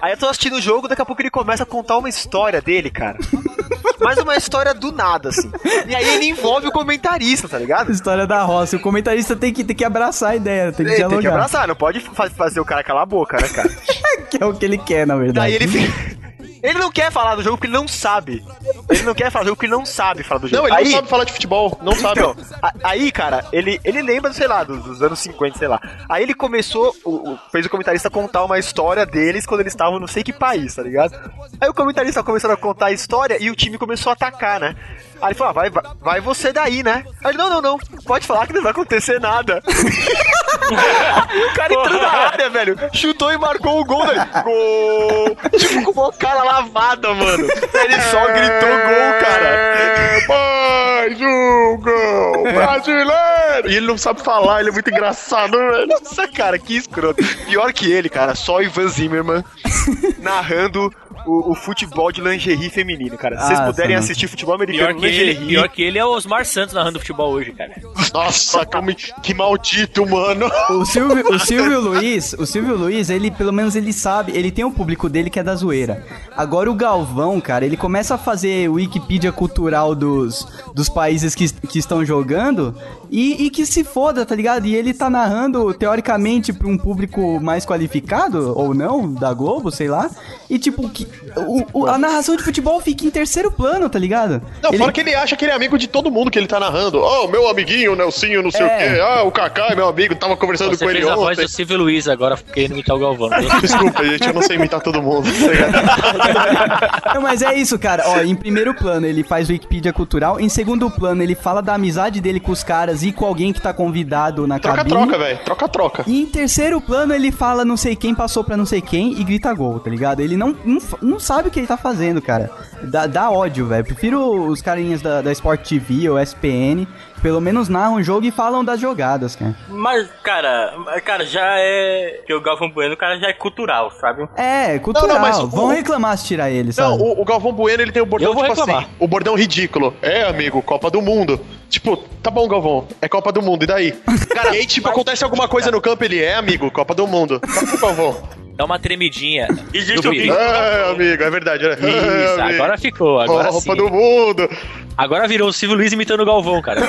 Aí eu tô assistindo o jogo, daqui a pouco ele começa a contar uma história dele, cara. Mas uma história do nada, assim. E aí ele envolve o comentarista, tá ligado?
História da roça. O comentarista tem que, tem que abraçar a ideia, tem que
Ele
dialogar.
tem que abraçar, não pode fa- fazer o cara calar a boca, né, cara?
Que é o que ele quer, na verdade.
Daí ele fica. Ele não quer falar do jogo porque ele não sabe. Ele não quer falar do jogo porque ele não sabe falar do jogo.
Não, ele não
Aí-
sabe falar de futebol, não sabe.
Então, a- aí, cara, ele, ele lembra, sei lá, dos, dos anos 50, sei lá. Aí ele começou, o- o- fez o comentarista contar uma história deles quando eles estavam não sei que país, tá ligado? Aí o comentarista começou a contar a história e o time começou a atacar, né? Aí ele falou, ah, vai, vai, vai você daí, né? Aí ele, não, não, não, pode falar que não vai acontecer nada. e o cara entrou na área, velho, chutou e marcou o gol, velho. Gol! Tipo, com uma
Tá
cara lavada, mano. Ele só gritou gol, cara.
É Mais um gol
É.
brasileiro! E ele não sabe falar, ele é muito engraçado, velho.
Nossa, cara, que escroto. Pior que ele, cara, só o Ivan Zimmerman narrando o, o futebol de lingerie feminino, cara. Se vocês
Ah,
puderem
essa não.
assistir futebol americano
Pior que, ele,
lingerie.
pior que ele é o Osmar Santos narrando futebol hoje, cara.
Nossa, como- que maldito, mano.
O Silvio, o Silvio Luiz, o Silvio Luiz, ele pelo menos ele sabe, ele tem o público dele que é da zoeira. Agora o Galvão, cara, ele começa a fazer Wikipedia cultural dos, dos países que, que estão jogando e, e que se foda, tá ligado? E ele tá narrando, teoricamente, pra um público mais qualificado, ou não, da Globo, sei lá. E tipo, que, o- o- a narração de futebol fica em terceiro plano, tá ligado?
Não, fora que ele acha que ele é amigo de todo mundo que ele tá narrando. Ó, meu amiguinho, Nelsinho, não sei
É.
o quê. Ah, o Kaká é meu amigo, tava conversando
Você
com ele
é
fez a voz
ontem.
do Silvio Luiz agora, querendo imitar o Galvão. né?
Desculpa, gente, eu não sei imitar todo mundo.
Não, mas é isso, cara. Ó, em primeiro plano ele faz Wikipedia cultural, em segundo plano ele fala da amizade dele com os caras e com alguém que tá convidado na cabine.
Troca-troca, velho. Troca-troca.
E em terceiro plano ele fala não sei quem passou pra não sei quem e grita gol, tá ligado? Ele não, não, fa- não sabe o que ele tá fazendo, cara. Dá, dá ódio, velho. Prefiro os carinhas da, da Sport TV ou SPN, que pelo menos narram o jogo e falam das jogadas, cara.
Mas, cara, cara, já é. Porque o Galvão Bueno, cara, já é cultural, sabe?
É, cultural.
Não, não, mas o-
Vão reclamar se tirar ele,
Não,
sabe?
o, o Galvão Bueno, ele tem o bordão,
Eu vou
tipo
reclamar.
assim, o bordão ridículo. É, amigo, Copa do Mundo. Tipo, tá bom, Galvão, é Copa do Mundo, e daí? Cara, e aí, tipo, acontece alguma coisa no campo, ele é, amigo, Copa do Mundo. Tá bom, Galvão.
Dá uma tremidinha.
Existe alguém- É, amigo, é verdade. né?
Isso,
Ah,
É, amigo.
agora ficou, agora
Copa
sim.
do Mundo.
Agora virou o Silvio Luiz imitando o Galvão, cara.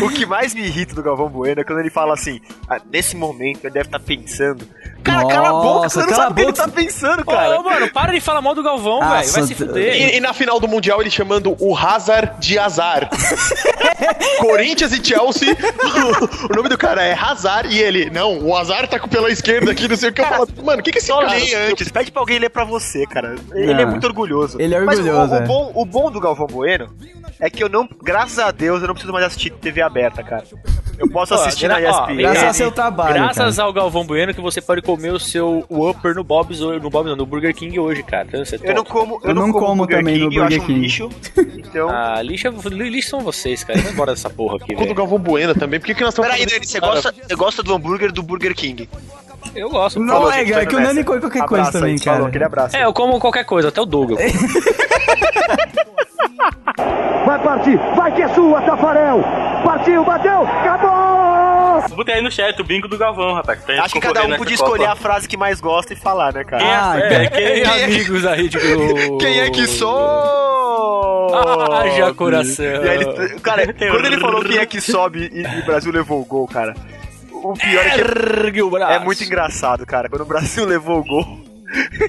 o que mais me irrita do Galvão Bueno é quando ele fala assim, "Ah, nesse momento ele deve estar pensando. Cara, cala a boca, você não sabe o que ele tá pensando, cara.
Ô, mano, para de falar mal do Galvão,
Nossa,
velho. Vai se fuder.
E, e na final do Mundial ele chamando o Hazard de azar. Corinthians e Chelsea, o, o nome do cara é Hazard e ele, não, o azar tá pela esquerda aqui, não sei o que. Eu falo, mano, o que, que esse cara
Lê antes, pede pra alguém ler pra você, cara. Ele
Não.
é muito orgulhoso.
Ele é
Mas o-
orgulhoso,
o,
é.
bom, o bom do Galvão Bueno é que eu não, graças a Deus, eu não preciso mais assistir TV aberta, cara. Eu posso
Ó,
assistir na
gra- ó,
ESPN.
Graças ao Galvão Bueno que você pode comer o seu Upper no Bob's hoje, no Bob's não, no Burger King hoje, cara. Então, você
Eu não
toca.
como, eu, não como, Burger King, eu acho um lixo. Então...
Ah, lixo, é- lixo são vocês, cara. Vai embora dessa porra aqui,
Cu do
velho.
Galvão Bueno também, por que, que nós estamos
Peraí, Dani, você gosta, você gosta do hambúrguer do Burger King?
Eu gosto.
Não, é, cara, que o Nani come qualquer coisa também, cara.
É, eu como qualquer coisa, até o Doug. eu como.
Vai partir, vai que é sua, Tafarel! Partiu, bateu, acabou!
Botei aí no chat o bingo do Galvão, rapaz. pra gente
Acho que cada
concorrer
um
nessa
podia
Copa.
escolher a frase que mais gosta e falar, né, cara?
Ah, É, é, quem- quem-
amigos aí de Globo.
Quem é que sou?
Haja coração.
E aí ele- cara, quando ele falou quem é que sobe e, e o Brasil levou o gol, cara. O pior é
que
é muito engraçado, cara. Quando o Brasil levou o gol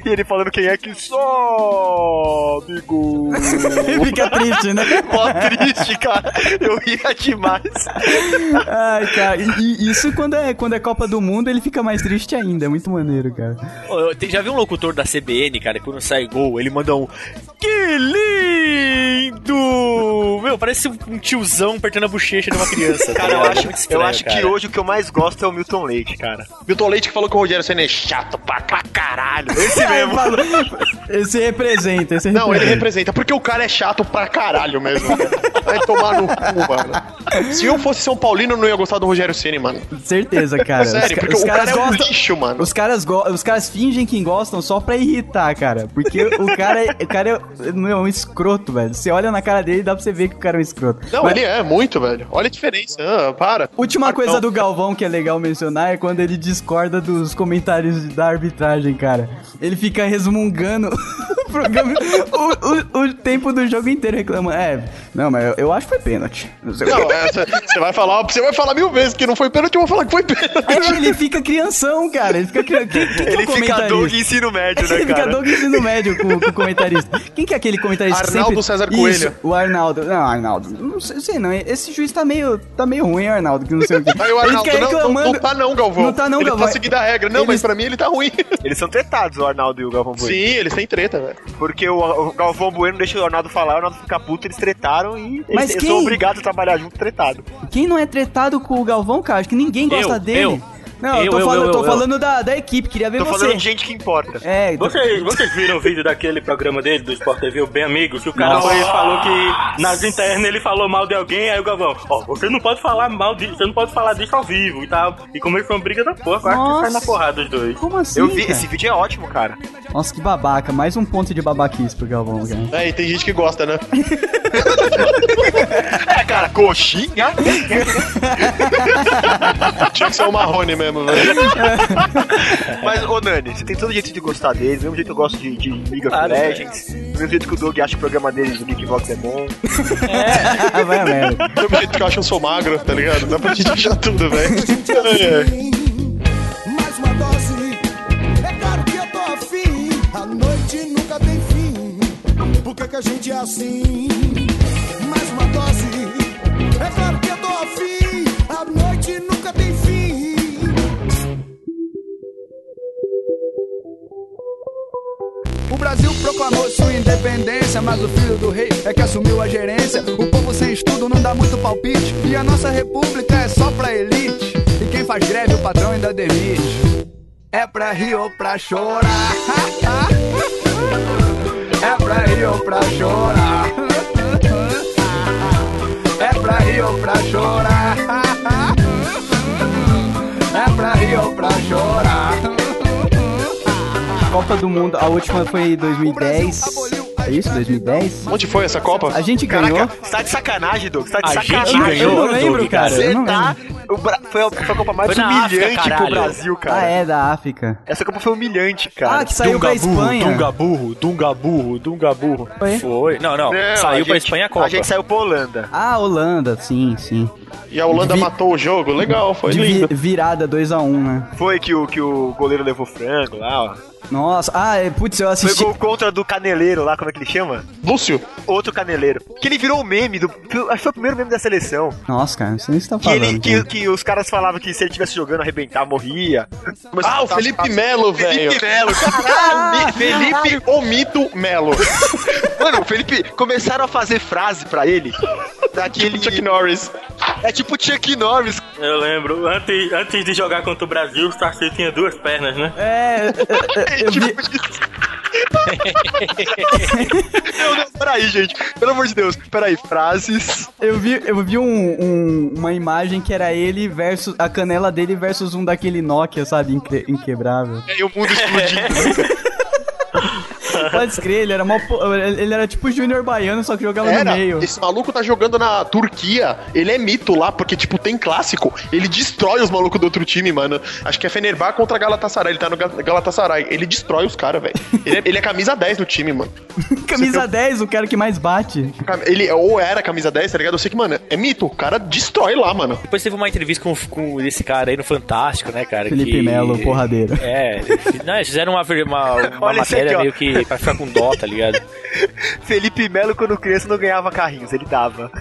e ele falando quem é que sobe, gol.
Fica triste, né?
Mó triste, cara. Eu ria demais.
Ai, cara, e, e isso quando é, quando é Copa do Mundo, ele fica mais triste ainda. É muito maneiro, cara.
Ô, eu te- Já vi um locutor da CBN, cara, que quando sai gol, ele manda um. Que lindo! Meu, parece um um tiozão apertando a bochecha de uma criança. tá
Cara, eu
ligado?
acho,
Muito
eu
estranho,
acho que
cara.
hoje o que eu mais gosto é o Milton Leite, cara.
Milton Leite que falou que o Rogério Senna é chato pra ca- caralho. Esse mesmo.
Esse representa, esse
Não, ele
representa.
representa, porque o cara é chato pra caralho mesmo. cara. Vai tomar no cu, mano. Se eu fosse São Paulino, eu não ia gostar do Rogério Ceni, mano.
Certeza, cara.
Sério,
ca-
porque o cara é um lixo, mano.
Os caras, go- os caras fingem que gostam só pra irritar, cara. Porque o cara, é- o cara é, meu, é um escroto, velho. Você olha na cara dele e dá pra você ver que o cara é um escroto.
Não,
Mas
ele é muito, velho. Olha a diferença. Ah, para.
Última
Ah,
coisa
não.
do Galvão que é legal mencionar é quando ele discorda dos comentários da arbitragem, cara. Ele fica resmungando o, programa, o, o- o tempo do jogo inteiro reclamando. É, não, mas eu, eu acho que foi pênalti. Não sei o quê.
Não, é, você- você vai falar, você vai falar mil vezes que não foi pênalti, eu vou falar que foi pênalti.
É, ele fica crianção, cara. Ele fica criança. Quem, quem que é o
Ele fica
comentarista?
Doug ensino médio, né,
Ele fica
cara?
Doug ensino médio com, com o comentarista. Quem que é aquele comentarista que
Arnaldo
sempre...
César
Isso,
Coelho.
o Arnaldo. Não, Arnaldo. Não sei, sei não. Esse juiz tá meio, tá meio ruim, Arnaldo, que não sei o quê.
Aí o
Ele
Arnaldo,
fica
não, não,
reclamando.
não tá não, Galvão.
Não tá não,
ele
Galvão.
tá seguindo a regra. Não, mas pra mim ele tá ruim.
Eles são tretados, o Arnaldo e o Galvão Bueno.
Sim, eles têm treta, velho.
Porque o, o Galvão Bueno deixa o Arnaldo falar, o Arnaldo fica puto, eles tretaram e
Mas
eles
quem?
são obrigados a trabalhar junto tretado.
Quem não é tretado com o Galvão, cara? Acho que ninguém gosta
Eu,
dele.
eu.
Não, eu
Eu,
tô,
eu,
falando,
eu,
tô
eu.
falando da, da equipe, queria ver
Tô
você.
falando de gente que importa.
É, tô-
Vocês, vocês viram o vídeo daquele programa dele, do Sport TV, o Bem Amigos, que o cara
Nossa.
foi- falou que nas internas ele falou mal de alguém, aí o Galvão, ó, você não pode falar mal disso, você não pode falar disso ao vivo e tal. E começou uma briga da porra, quase que sai na
Nossa.
porrada os dois.
Como assim?
Eu vi,
cara?
esse vídeo é ótimo, cara.
Nossa, que babaca. Mais um ponto de babaquice pro Galvão, cara.
É, e tem gente que gosta, né?
É, cara, coxinha?
Tinha que ser o Marrone mesmo, velho.
Mas, ô Nani, você tem todo jeito de gostar deles, do mesmo jeito que eu gosto de, de League of
Claro,
Legends, do mesmo jeito que o Doug acha o programa deles do Geekbox é bom.
Ah, Vai, velho.
Do jeito que eu acho que eu sou magro, tá ligado? Dá pra gente achar tudo, velho. É.
Mais uma dose, é claro que eu tô afim. A noite
Por que, que a gente é assim? Mais uma dose, é claro que eu dou ao fim. A noite nunca tem fim.
O Brasil proclamou sua independência, mas o filho do rei é que assumiu a gerência. O povo sem estudo não dá muito palpite, e a nossa república é só pra elite. E quem faz greve, o patrão ainda demite. É pra rir ou pra chorar. É pra rir ou pra chorar. É pra rir ou pra chorar. É pra rir ou pra chorar.
Copa do Mundo, a última foi em 2010. É isso? 2010?
Onde foi essa Copa?
A gente
Caraca,
ganhou.
você tá de sacanagem, Doug. Você tá de
A gente
sacanagem.
ganhou, Eu não lembro, Doug, cara,
Você
eu não
tá. o Bra- Foi a, foi a Copa mais
Foi na África,
humilhante pro
caralho.
Brasil, cara.
Ah, é, da África.
Essa Copa foi humilhante, cara.
Ah, que saiu pra Espanha.
Dunga burro, Dunga burro, Dunga burro.
Foi?
Foi. Não, não.
Não,
saiu
a
pra
gente-
Espanha a Copa.
a gente saiu pra Holanda.
Ah, Holanda, sim, sim.
E a Holanda matou o jogo? Legal, foi
De vi-
lindo.
virada 2x1, né?
Foi que o, que o goleiro levou frango lá, ó.
Nossa, ah, é, putz, eu
Foi
assisti.
gol contra do caneleiro lá, como é que ele chama?
Lúcio.
Outro caneleiro. Que ele virou o meme do. que eu- Acho que foi o primeiro meme da seleção.
Nossa, cara, não sei nem o que você tá
Que,
falando.
ele, que,
cara.
que os caras falavam que se ele tivesse jogando, arrebentar, morria. tá
Ah, o Felipe Melo, velho.
Felipe Melo,
Ah,
caralho. Felipe
o mito Melo.
Mano, o Felipe, começaram a fazer frase pra ele. Daquele... Tipo Chuck
Norris.
É tipo Chuck Norris.
Eu lembro, antes, antes de jogar contra o Brasil, o Tarcísio tinha duas pernas, né?
É, eu- eu- eu vi-
Meu Deus, peraí, gente. Pelo amor de Deus. Peraí, frases.
Eu vi, eu vi um- um- uma imagem que era ele versus. A canela dele versus um daquele Nokia, sabe? Inque- inquebrável.
É,
E o mundo explodindo.
Pode crer, ele era mó, po- ele ele era tipo o Júnior Baiano, só que jogava no
Era,
meio.
esse maluco tá jogando na Turquia, ele é mito lá, porque, tipo, tem clássico, ele destrói os malucos do outro time, mano. Acho que é Fenerbahçe contra Galatasaray, ele tá no Ga- Galatasaray, ele destrói os caras, velho. Ele, é, ele é camisa 10 do time, mano.
Camisa 10, o cara que mais bate.
Cam- Ele ou era camisa 10, tá ligado? Eu sei que, mano, é mito, o cara destrói lá, mano.
Depois teve uma entrevista com, com esse cara aí no Fantástico, né, cara?
Felipe
que-
Melo, porradeiro.
É, não, eles fizeram uma, ver- uma, uma
Olha esse
matéria
aqui, ó.
meio que pra ficar com dó, tá ligado?
Felipe Melo, quando criança, não ganhava carrinhos, ele dava.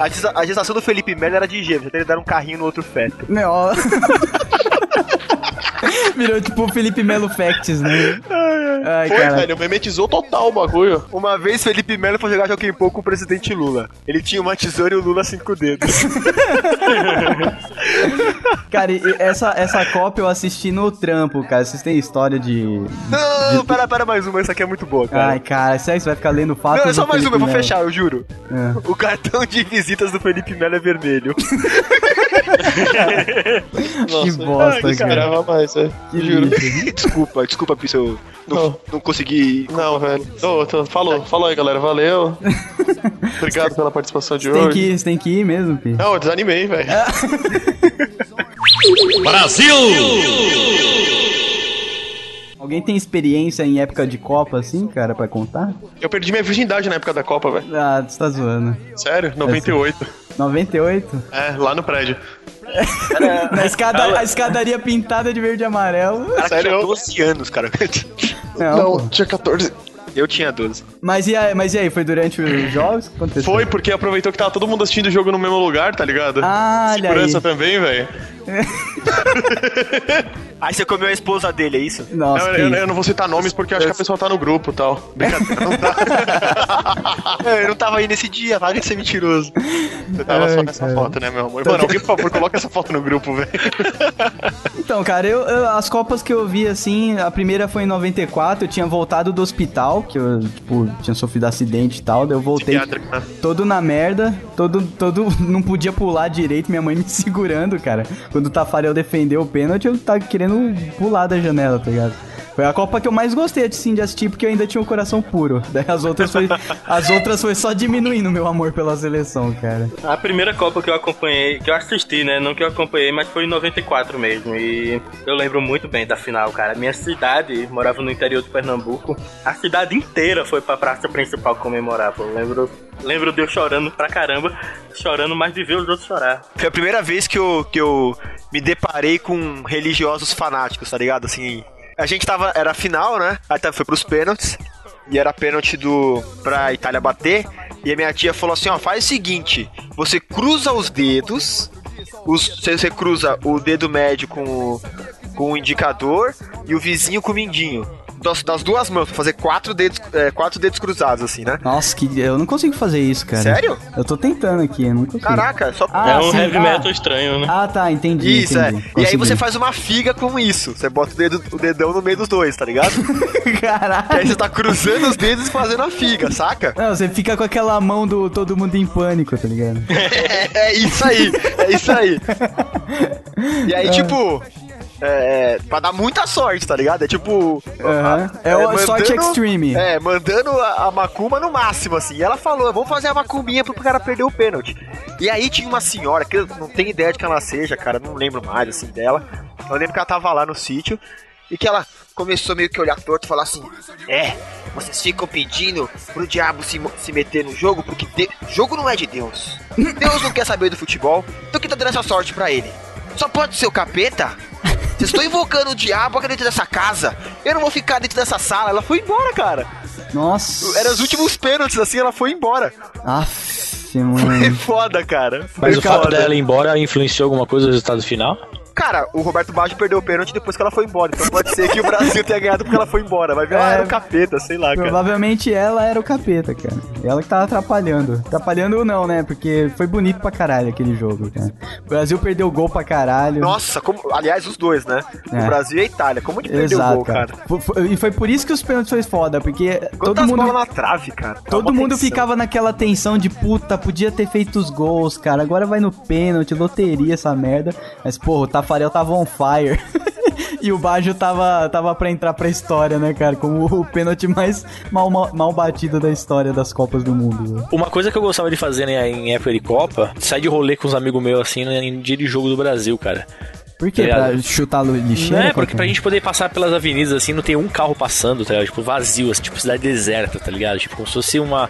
a, gesta- a gestação do Felipe Melo era de gêmeos, até ele dar um carrinho no outro feto.
Não. Virou tipo o Felipe Melo Facts, né? Ai,
Foi,
cara.
velho, memetizou total o bagulho.
Uma vez Felipe Melo foi jogar Joaquim Pouco com o presidente Lula. Ele tinha uma tesoura e o Lula cinco dedos.
Cara, e- e essa, essa Copa eu assisti no trampo, cara. Vocês têm história de.
não, não, pera, pera, mais uma, essa aqui é muito boa, cara.
Ai, cara, sério, você vai ficar lendo fatos.
Não, é só
do
mais uma,
Felipe
eu vou
Melo?
fechar, eu juro.
É.
O cartão de visitas do Felipe Melo é vermelho.
né? Que bosta,
Ai,
cara.
Esperava mais, velho.
Que
Juro.
desculpa, desculpa, Pio, se eu não,
Não.
não consegui.
Não, velho. Ô, então, falou, falou aí, galera. Valeu. Obrigado pela participação de
Você tem
hoje.
que Ah. ir, você tem que ir mesmo, Pi.
Não, eu desanimei, velho.
Alguém tem experiência em época de Copa, assim, cara, pra contar?
Eu perdi minha virgindade na época da Copa, velho.
Ah, você tá zoando.
Sério? 98.
assim. 98?
É, lá no prédio.
Na escada, a escadaria pintada de verde e amarelo.
Cara, Sério? tinha 12 anos, cara.
Não, pô.
tinha 14.
Eu tinha 12.
Mas, e aí, mas e aí, foi durante os jogos que aconteceu?
Foi porque aproveitou que tava todo mundo assistindo o jogo no mesmo lugar, tá ligado?
Ah, olha
Segurança
aí.
também, velho.
Aí você comeu a esposa dele, é isso?
Nossa,
Não,
que
eu,
isso.
eu não vou citar nomes porque eu acho que a pessoa tá no grupo e tal. Brincadeira, não tá.
É, eu não tava aí nesse dia, vai ser mentiroso.
Você tava só
Ai,
nessa
cara.
foto, né, meu amor? Mano, alguém, por favor, coloca essa foto no grupo, velho.
Então, cara, eu, eu- as Copas que eu vi, assim, a primeira foi em 94, eu tinha voltado do hospital, que eu, tipo, tinha sofrido acidente e tal, daí eu voltei
Psiquiatra, né?
todo na merda, todo, todo, não podia pular direito, minha mãe me segurando, cara. Quando o Tafarel defendeu o pênalti, eu tava querendo pular da janela, tá ligado? Foi a Copa que eu mais gostei, assim, de assistir, porque eu ainda tinha um coração puro. Daí as outras foi, as outras foi só diminuindo meu amor pela seleção, cara.
A primeira Copa que eu acompanhei, que eu assisti, né? Não que eu acompanhei, mas foi em 94 mesmo. E eu lembro muito bem da final, cara. Minha cidade, morava no interior de Pernambuco, a cidade inteira foi pra praça principal comemorar, pô. Eu Lembro, lembro de eu chorando pra caramba, chorando mais de ver os outros chorar.
Foi a primeira vez que eu, que eu me deparei com religiosos fanáticos, tá ligado? Assim, A gente tava. Era final, né? Aí tá- foi pros pênaltis. E era pênalti do. pra Itália bater. E a minha tia falou assim: ó, faz o seguinte: você cruza os dedos. Os, você, você cruza o dedo médio com o, com o indicador e o vizinho com o mindinho. Das, das duas mãos, pra fazer quatro dedos, é, quatro dedos cruzados, assim, né?
Nossa, que eu não consigo fazer isso, cara.
Sério?
Eu tô tentando aqui, eu não consigo.
Caraca, só
Ah, É um sim, heavy ah. metal
estranho, né?
Ah, tá, entendi.
Isso, é.
entendi.
E aí você
Consegui.
faz uma figa com isso. Você bota o, dedo, o dedão no meio dos dois, tá ligado?
Caraca.
E aí você tá cruzando os dedos e fazendo a figa, saca?
Não, você fica com aquela mão do todo mundo em pânico, tá ligado?
É, é isso aí, é isso aí. E aí,
É.
tipo. É, é, pra dar muita sorte, tá ligado? É tipo.
Aham. É o- sorte extreme.
É, mandando a, a macumba no máximo, assim. E ela falou: vamos fazer a macumbinha pro cara perder o pênalti. E aí tinha uma senhora, que eu não tenho ideia de quem ela seja, cara, não lembro mais, assim, dela. Eu lembro que ela tava lá no sítio e que ela começou meio que a olhar torto e falar assim: É, vocês ficam pedindo pro diabo se, mo- se meter no jogo, porque de- jogo não é de Deus. Deus não quer saber do futebol, então quem tá dando essa sorte pra ele? Só pode ser o capeta? Vocês estão invocando o diabo aqui dentro dessa casa. Eu não vou ficar dentro dessa sala. Ela foi embora, cara.
Nossa.
Era os últimos pênaltis, assim, ela foi embora.
Aff, mano.
É foda, cara.
Mas
Foi
o fato
foda.
dela ir embora influenciou alguma coisa no resultado final?
Cara, o Roberto Baggio perdeu o pênalti depois que ela foi embora. Então pode ser que o Brasil tenha ganhado porque ela foi embora. Vai ver, ela era o capeta, sei lá, cara.
Provavelmente ela era o capeta, cara. Ela que tava atrapalhando. Atrapalhando ou não, né? Porque foi bonito pra caralho aquele jogo, cara. O Brasil perdeu o gol pra caralho.
Nossa, como, aliás, os dois, né?
É.
O Brasil e a Itália. Como ele perdeu o
Exato,
gol, cara?
cara. Fo- fo- E foi por isso que os pênaltis foi foda, porque todo
Quantas
mundo
bolas na trave, cara? Tá
Todo
uma
mundo
tensão.
ficava naquela tensão de puta, podia ter feito os gols, cara. Agora vai no pênalti, loteria essa merda. Mas, porra, o Tafarel tava on fire. e o Baggio tava, tava pra entrar pra história, né, cara? Como o pênalti mais mal, mal, mal batido da história das Copas do Mundo. né?
Uma coisa que eu gostava de fazer né, em época de Copa, sair de rolê com uns amigos meus assim, né, em dia de jogo do Brasil, cara.
Por quê?
Tá
Pra
ligado?
chutar lu-
Não
lixeira?
é, porque
qualquer-
pra gente poder passar pelas avenidas assim, não tem um carro passando, tá ligado? Tipo, vazio, assim, tipo cidade deserta, tá ligado? Tipo, como se fosse uma.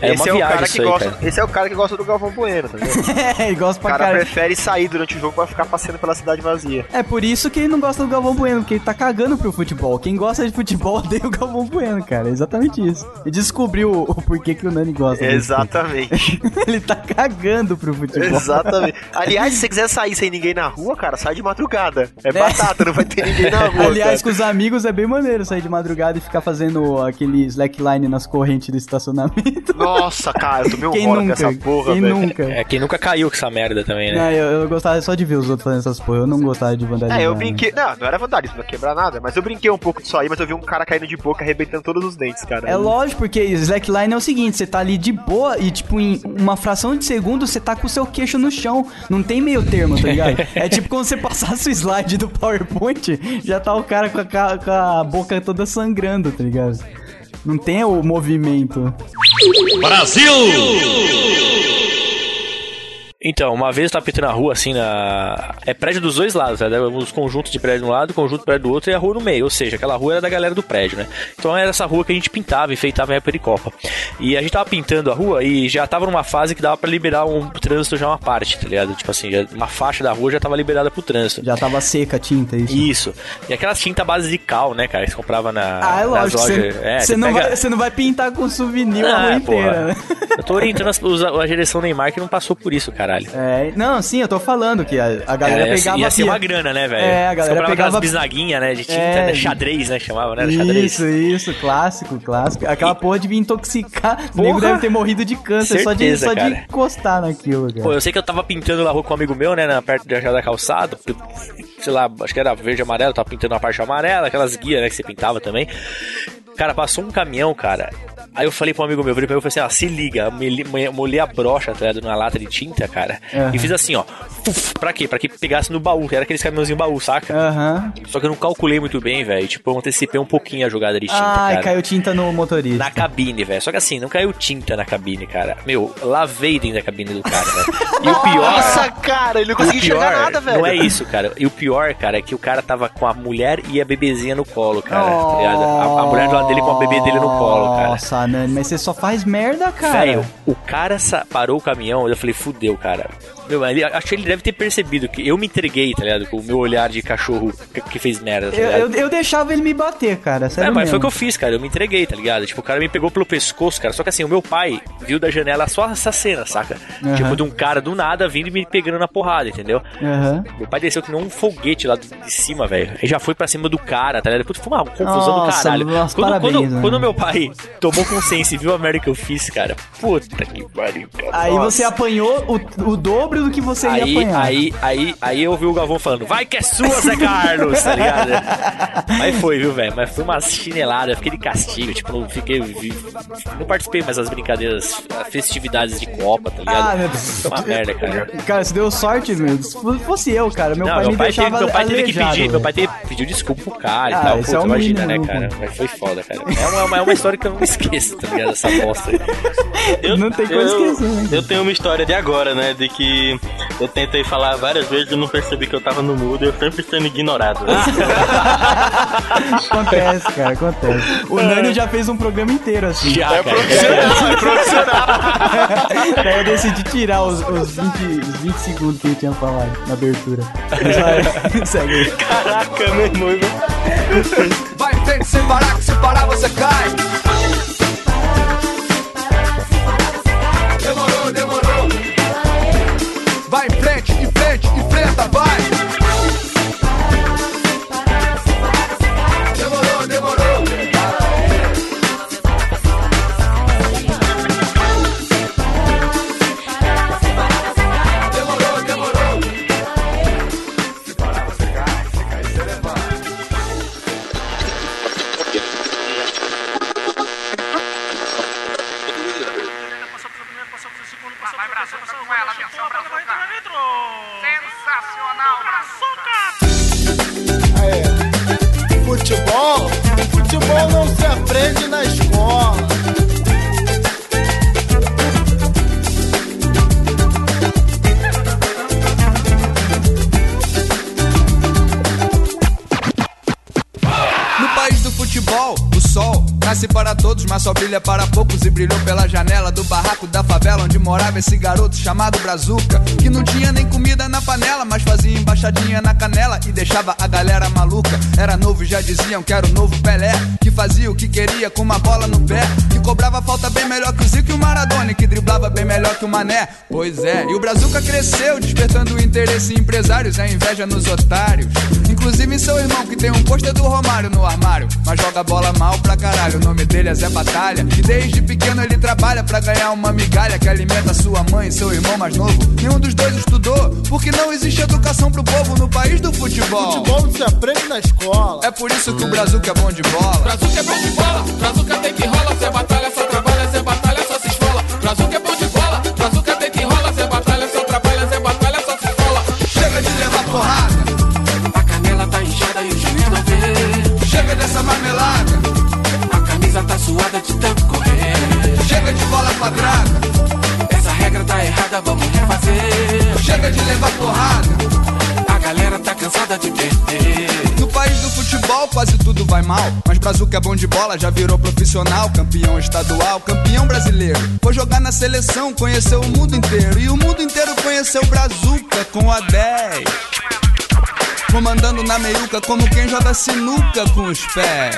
É
esse
uma
é o
viagem
cara
isso
que
aí,
gosta,
cara.
Esse é o cara que gosta do Galvão Bueno, tá ligado?
É, ele gosta
O
pra
cara
caralho.
prefere sair durante o jogo pra ficar passeando pela cidade vazia.
É por isso que ele não gosta do Galvão Bueno, porque ele tá cagando pro futebol. Quem gosta de futebol odeia o Galvão Bueno, cara. É exatamente isso. Ele descobriu o o porquê que o Nani gosta. desse
Exatamente.
Ele tá cagando pro futebol.
Exatamente. Aliás, se você quiser sair sem ninguém na rua, cara, sai de madrugada. É batata, não vai ter ninguém na rua.
Né? Aliás, com
cara.
os amigos é bem maneiro sair de madrugada e ficar fazendo aquele slackline nas correntes do estacionamento.
Nossa, cara, eu tomei um
Quem
rola com
nunca?
essa porra,
Quem
velho.
nunca?
É, quem nunca caiu com essa merda também, né?
Não, eu, eu gostava só de ver os outros fazendo essas porra. Eu não gostava de vandalismo.
É, eu brinquei. Não, não era vandalismo, não ia quebrar nada. Mas eu brinquei um pouco disso aí, mas eu vi um cara caindo de boca, arrebentando todos os dentes, cara.
É lógico, porque slackline é o seguinte, você tá ali de boa e, tipo, em uma fração de segundo, você tá com o seu queixo no chão. Não tem meio termo, tá ligado? é tipo quando você passasse o slide do PowerPoint, já tá o cara com a, ca- com a boca toda sangrando, tá ligado? Não tem o movimento.
Então, uma vez eu tava pintando a rua assim na. É prédio dos dois lados, né? Os conjuntos de prédio de um lado, conjunto de prédio do outro e a rua no meio. Ou seja, aquela rua era da galera do prédio, né? Então era essa rua que a gente pintava, enfeitava em época de Copa. E a gente tava pintando a rua e já tava numa fase que dava pra liberar um trânsito já uma parte, tá ligado? Tipo assim, já- uma faixa da rua já tava liberada pro trânsito.
Já tava seca a tinta, isso.
Isso. E aquela tinta base de cal, né, cara? Que você comprava na.
Ah, é
nas
lógico. Você
lojas. É, você
não,
pega-
vai- você não vai pintar com souvenir a rua
Ah,
inteira, né?
porra. Eu tô orientando as- os- a direção Neymar que não passou por isso, caralho.
É, não, sim, eu tô falando que a, a galera
Era, É, ia-
pegava.
ia ser
a
uma
pia-
grana, né, velho?
É, a
Você
galera
comprava
pegava.
aquelas bisnaguinha, né, de tinta,
É,
né, xadrez, né, chamava, né, xadrez.
Isso, isso, clássico, clássico. Aquela porra de me intoxicar. O nego deve ter morrido de câncer só de,
Certeza,
só de
cara.
encostar naquilo, cara.
Pô, eu sei que eu tava pintando na rua com um amigo meu, né, na perto da da calçada, sei lá, acho que era verde e amarelo, tava pintando a parte amarela, aquelas guias, né, que você pintava também. Cara, passou um caminhão, cara. Aí eu falei pro amigo meu, eu falei pra ele, eu falei assim, ó, se liga, meli- me- molhei a brocha, tá ligado, na lata de tinta, cara,
Aham.
e fiz assim, ó, fuf, pra quê? Pra que pegasse no baú, era aqueles caminhãozinhos baú, saca?
É. Aham.
Só que eu não calculei muito bem, velho, tipo, eu antecipei um pouquinho a jogada de tinta,
Ai,
cara.
caiu tinta no motorista.
Na cabine, velho. Só que assim, não caiu tinta na cabine, cara. Meu, lavei dentro da cabine do cara, velho. E o pior.
Nossa, cara, ele não conseguia
o pior
enxergar nada, velho.
Não é isso, cara. E o pior, cara, é que o cara tava com a mulher e a bebezinha no colo, cara. tá ligado? a, a mulher do lado dele com a bebê dele no colo, cara.
Nossa, Nani, mas você só faz merda, cara.
Velho, o cara sa- parou o caminhão, eu falei, fudeu, cara. Meu, ele, acho que ele deve ter percebido que eu me entreguei, tá ligado? Com o meu olhar de cachorro que, que fez merda, tá
Eu,
ligado?
eu, eu deixava ele me bater, cara. Sério
É, mas
mesmo.
foi o que eu fiz, cara. Eu me entreguei, tá ligado? Tipo, o cara me pegou pelo pescoço, cara. Só que assim, o meu pai viu da janela só essa cena, saca?
Aham.
Tipo, de um cara do nada vindo e me pegando na porrada, entendeu?
Aham.
Meu pai desceu que nem um foguete lá de cima, velho. Ele já foi pra cima do cara, tá ligado? Puta, foi uma confusão
Nossa,
do caralho.
nossa,
quando,
parabéns,
quando-
mano.
quando meu pai tomou consciência e viu a merda que eu fiz, cara, puta que pariu, cara.
Aí
Nossa.
você apanhou o, o dobro do que você ia
Aí,
apanhar.
aí, aí, aí eu vi o Galvão falando, vai que é sua, Zé Carlos, tá ligado? Mas foi, viu, velho? Mas foi uma chinelada, eu fiquei de castigo, tipo, não fiquei. vi- Não participei mais das brincadeiras, eh, festividades de Copa, tá ligado?
Ah, meu
Foi uma merda, cara.
Cara, você deu sorte, meu. Se fosse eu, cara, meu
não,
pai
meu,
me
pai teve,
deixava
meu pai teve que
aleijado,
pedir, meu
velho.
pai teve, pediu desculpa pro cara
Ah,
e tal.
isso
Putz,
é o
imagina, né,
mínimo,
cara? Mas foi foda, cara. É uma, é uma- é uma história que eu não esqueço, tá ligado? Essa bosta aí.
não
tem
como
esquecer, né?
Eu tenho uma história de agora, né? De que eu tentei falar várias vezes e não percebi que eu tava no mudo e eu sempre sendo ignorado.
Acontece, cara, acontece. O
É.
Nani já fez um programa inteiro assim.
Já, É cara.
né?
profissional,
é profissional. Daí eu decidi tirar os, os 20, os 20 segundos que ele tinha falado na abertura. Mas vai, segue aí.
Caraca, meu irmão.
Vai em frente, sem parar, que se parar você cai. Demorou, demorou. Vai em frente, em frente, enfrenta, vai. Demorou, demorou. Demorou, demorou. Se parar, você cai, se cai, você levanta.
É. Futebol, futebol não se aprende na escola.
No país do futebol, o sol nasce para todos, mas só brilha para poucos e brilhou pela janela do barraco da favela onde morava esse garoto chamado Brazuca, que não tinha nem comida na panela, mas fazia embaixadinha na canela e deixava a galera maluca. Era novo e já diziam que era o novo Pelé, que fazia o que queria com uma bola no pé, que cobrava falta bem melhor que o Zico e o Maradona, e que driblava bem melhor que o Mané. Pois é, e o Brazuca cresceu, despertando o interesse em empresários, a inveja nos otários. Inclusive em seu irmão que tem um pôster do Romário no armário, mas joga bola mal pra caralho. O nome dele é Zé Batalha. E desde pequeno ele trabalha pra ganhar uma migalha que alimenta sua mãe e seu irmão mais novo. Nenhum dos dois estudou, porque não existe educação pro povo no país do futebol. Futebol
não se aprende na escola.
É por isso que o Brazuca é bom de bola.
Brazuca é bom de bola, Brazuca tem que rola, Zé Batalha só trabalha, Zé Batalha só se esfola. Brazuca é bom de bola, Brazuca tem que rola, Zé Batalha só trabalha, Zé Batalha só se esfola. Chega de levar porrada, a canela tá inchada e o juiz não vê. Chega dessa marmelada, a camisa tá suada de tanto correr. Chega de bola quadrada, essa regra tá errada, vamos refazer. Chega de levar porrada, a galera tá cansada de perder.
No país do futebol quase tudo vai mal. Mas Brazuca é bom de bola, já virou profissional, campeão estadual, campeão brasileiro. Foi jogar na seleção, conheceu o mundo inteiro. E o mundo inteiro conheceu Brazuca com a 10. Comandando na meiuca como quem joga sinuca com os pés.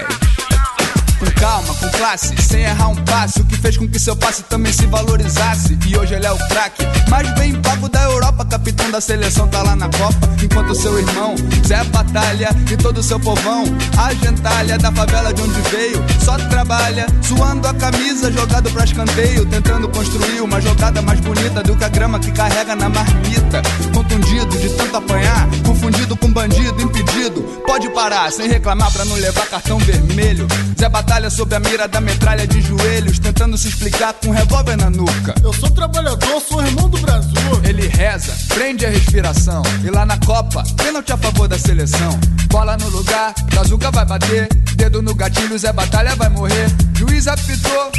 Com calma, com classe, sem errar um passe. O que fez com que seu passe também se valorizasse. E hoje ele é o craque, mais bem pago da Europa. Capitão da seleção tá lá na Copa. Enquanto seu irmão, Zé Batalha e todo seu povão, a gentalha da favela de onde veio, só trabalha, suando a camisa, jogado pra escanteio. Tentando construir uma jogada mais bonita do que a grama que carrega na marmita. Contundido de tanto apanhar, confundido com bandido, impedido. Pode parar, sem reclamar pra não levar cartão vermelho. Zé Batalha sob a mira da metralha de joelhos, tentando se explicar com um revólver na nuca.
Eu sou trabalhador, sou irmão do Brasil.
Ele reza, prende a respiração. E lá na Copa, pênalti a favor da seleção. Bola no lugar, Brazuca vai bater. Dedo no gatilho, Zé Batalha vai morrer. Juiz apitou.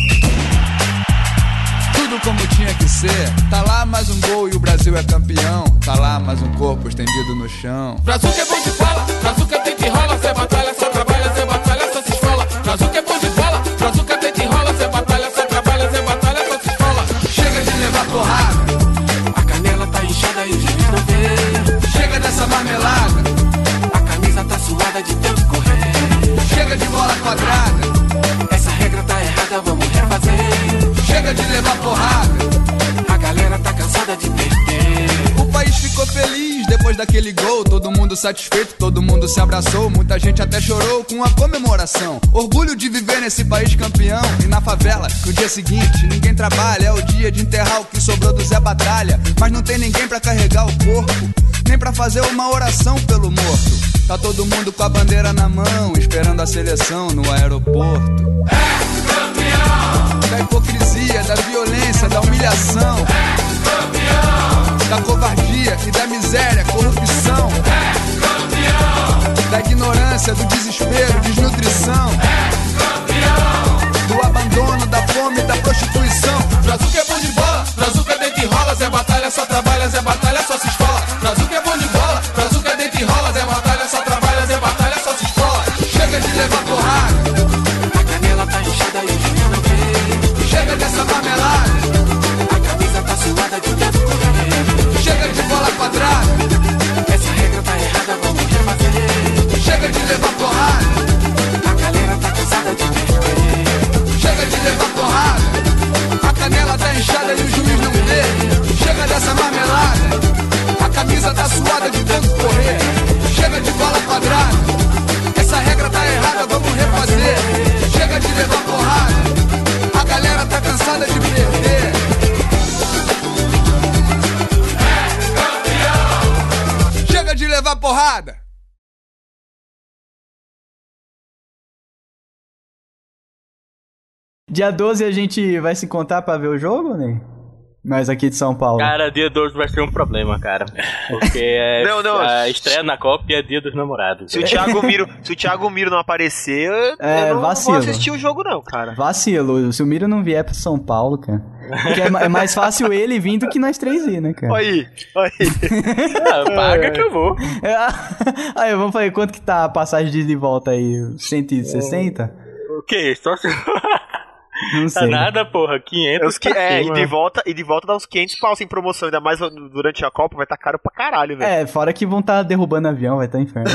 Tudo como tinha que ser. Tá lá mais um gol e o Brasil é campeão. Tá lá mais um corpo estendido no chão.
Brazuca é bom de bola, Brazuca tem que rola, Zé Batalha só trabalha, Zé Batalha só se esfola. Brazuca é bom de bola, Brazuca tem que rola, Zé Batalha só trabalha, Zé Batalha só se esfola. Chega de levar porrada, a canela tá inchada e tá
tá daquele gol, todo mundo satisfeito, todo mundo se abraçou, muita gente até chorou com a comemoração. Orgulho de viver nesse país campeão e na favela, no dia seguinte ninguém trabalha, é o dia de enterrar o que sobrou do Zé Batalha, mas não tem ninguém pra carregar o corpo, nem pra fazer uma oração pelo morto. Tá todo mundo com a bandeira na mão, esperando a seleção no aeroporto. Da hipocrisia, da violência, da humilhação. Da covardia e da miséria, corrupção. Da ignorância, do desespero, desnutrição. Do abandono, da fome, da prostituição.
Brazuca é bom de bola, Brazuca deita e rola, Zé Batalha só trabalha, Zé Batalha só se esfola. Brazuca é bom de bola, Brazuca deita e rola, Zé Batalha só trabalha, Zé Batalha só se esfola. Chega de levar porrada, a canela tá inchada e o gelo veio. Chega dessa marmelada, a camisa tá suada de tanto Chega de bola quadrada, essa regra tá errada, vamos refazer. Chega de levar porrada, a galera tá cansada de perder. Chega de levar porrada. A canela tá inchada e o juiz não vê. Chega dessa marmelada. A camisa tá suada de tanto correr. Chega de bola quadrada. Essa regra tá errada, vamos refazer. Chega de levar porrada. A galera tá cansada de perder. É
Chega de levar porrada!
Dia 12 a gente vai se encontrar pra ver o jogo, né? Nós aqui de São Paulo.
Cara, dia 12 vai ser um problema, cara. Porque é
Não, não.
a estreia na Copa e é dia dos namorados.
Se o Thiago Miro, se o Thiago Miro não aparecer, eu-
É,
eu não
vacilo.
vou assistir o jogo não, cara.
Vacilo, se o Miro não vier pra São Paulo, cara. Porque é, ma- é mais fácil ele vir do que nós três ir, né, cara?
Olha aí, olha aí.
Ah, paga que eu vou.
É, aí, vamos fazer quanto que tá a passagem de ida e volta aí? 160?
O que? Só se...
Não
Tá
sei.
nada, porra. 500
Os que,
pra
é, e
cima.
de volta, e de volta dá uns 500 pau sem promoção, ainda mais durante a Copa, vai tá caro pra caralho, velho.
um É, fora que vão tá derrubando avião, vai tá inferno.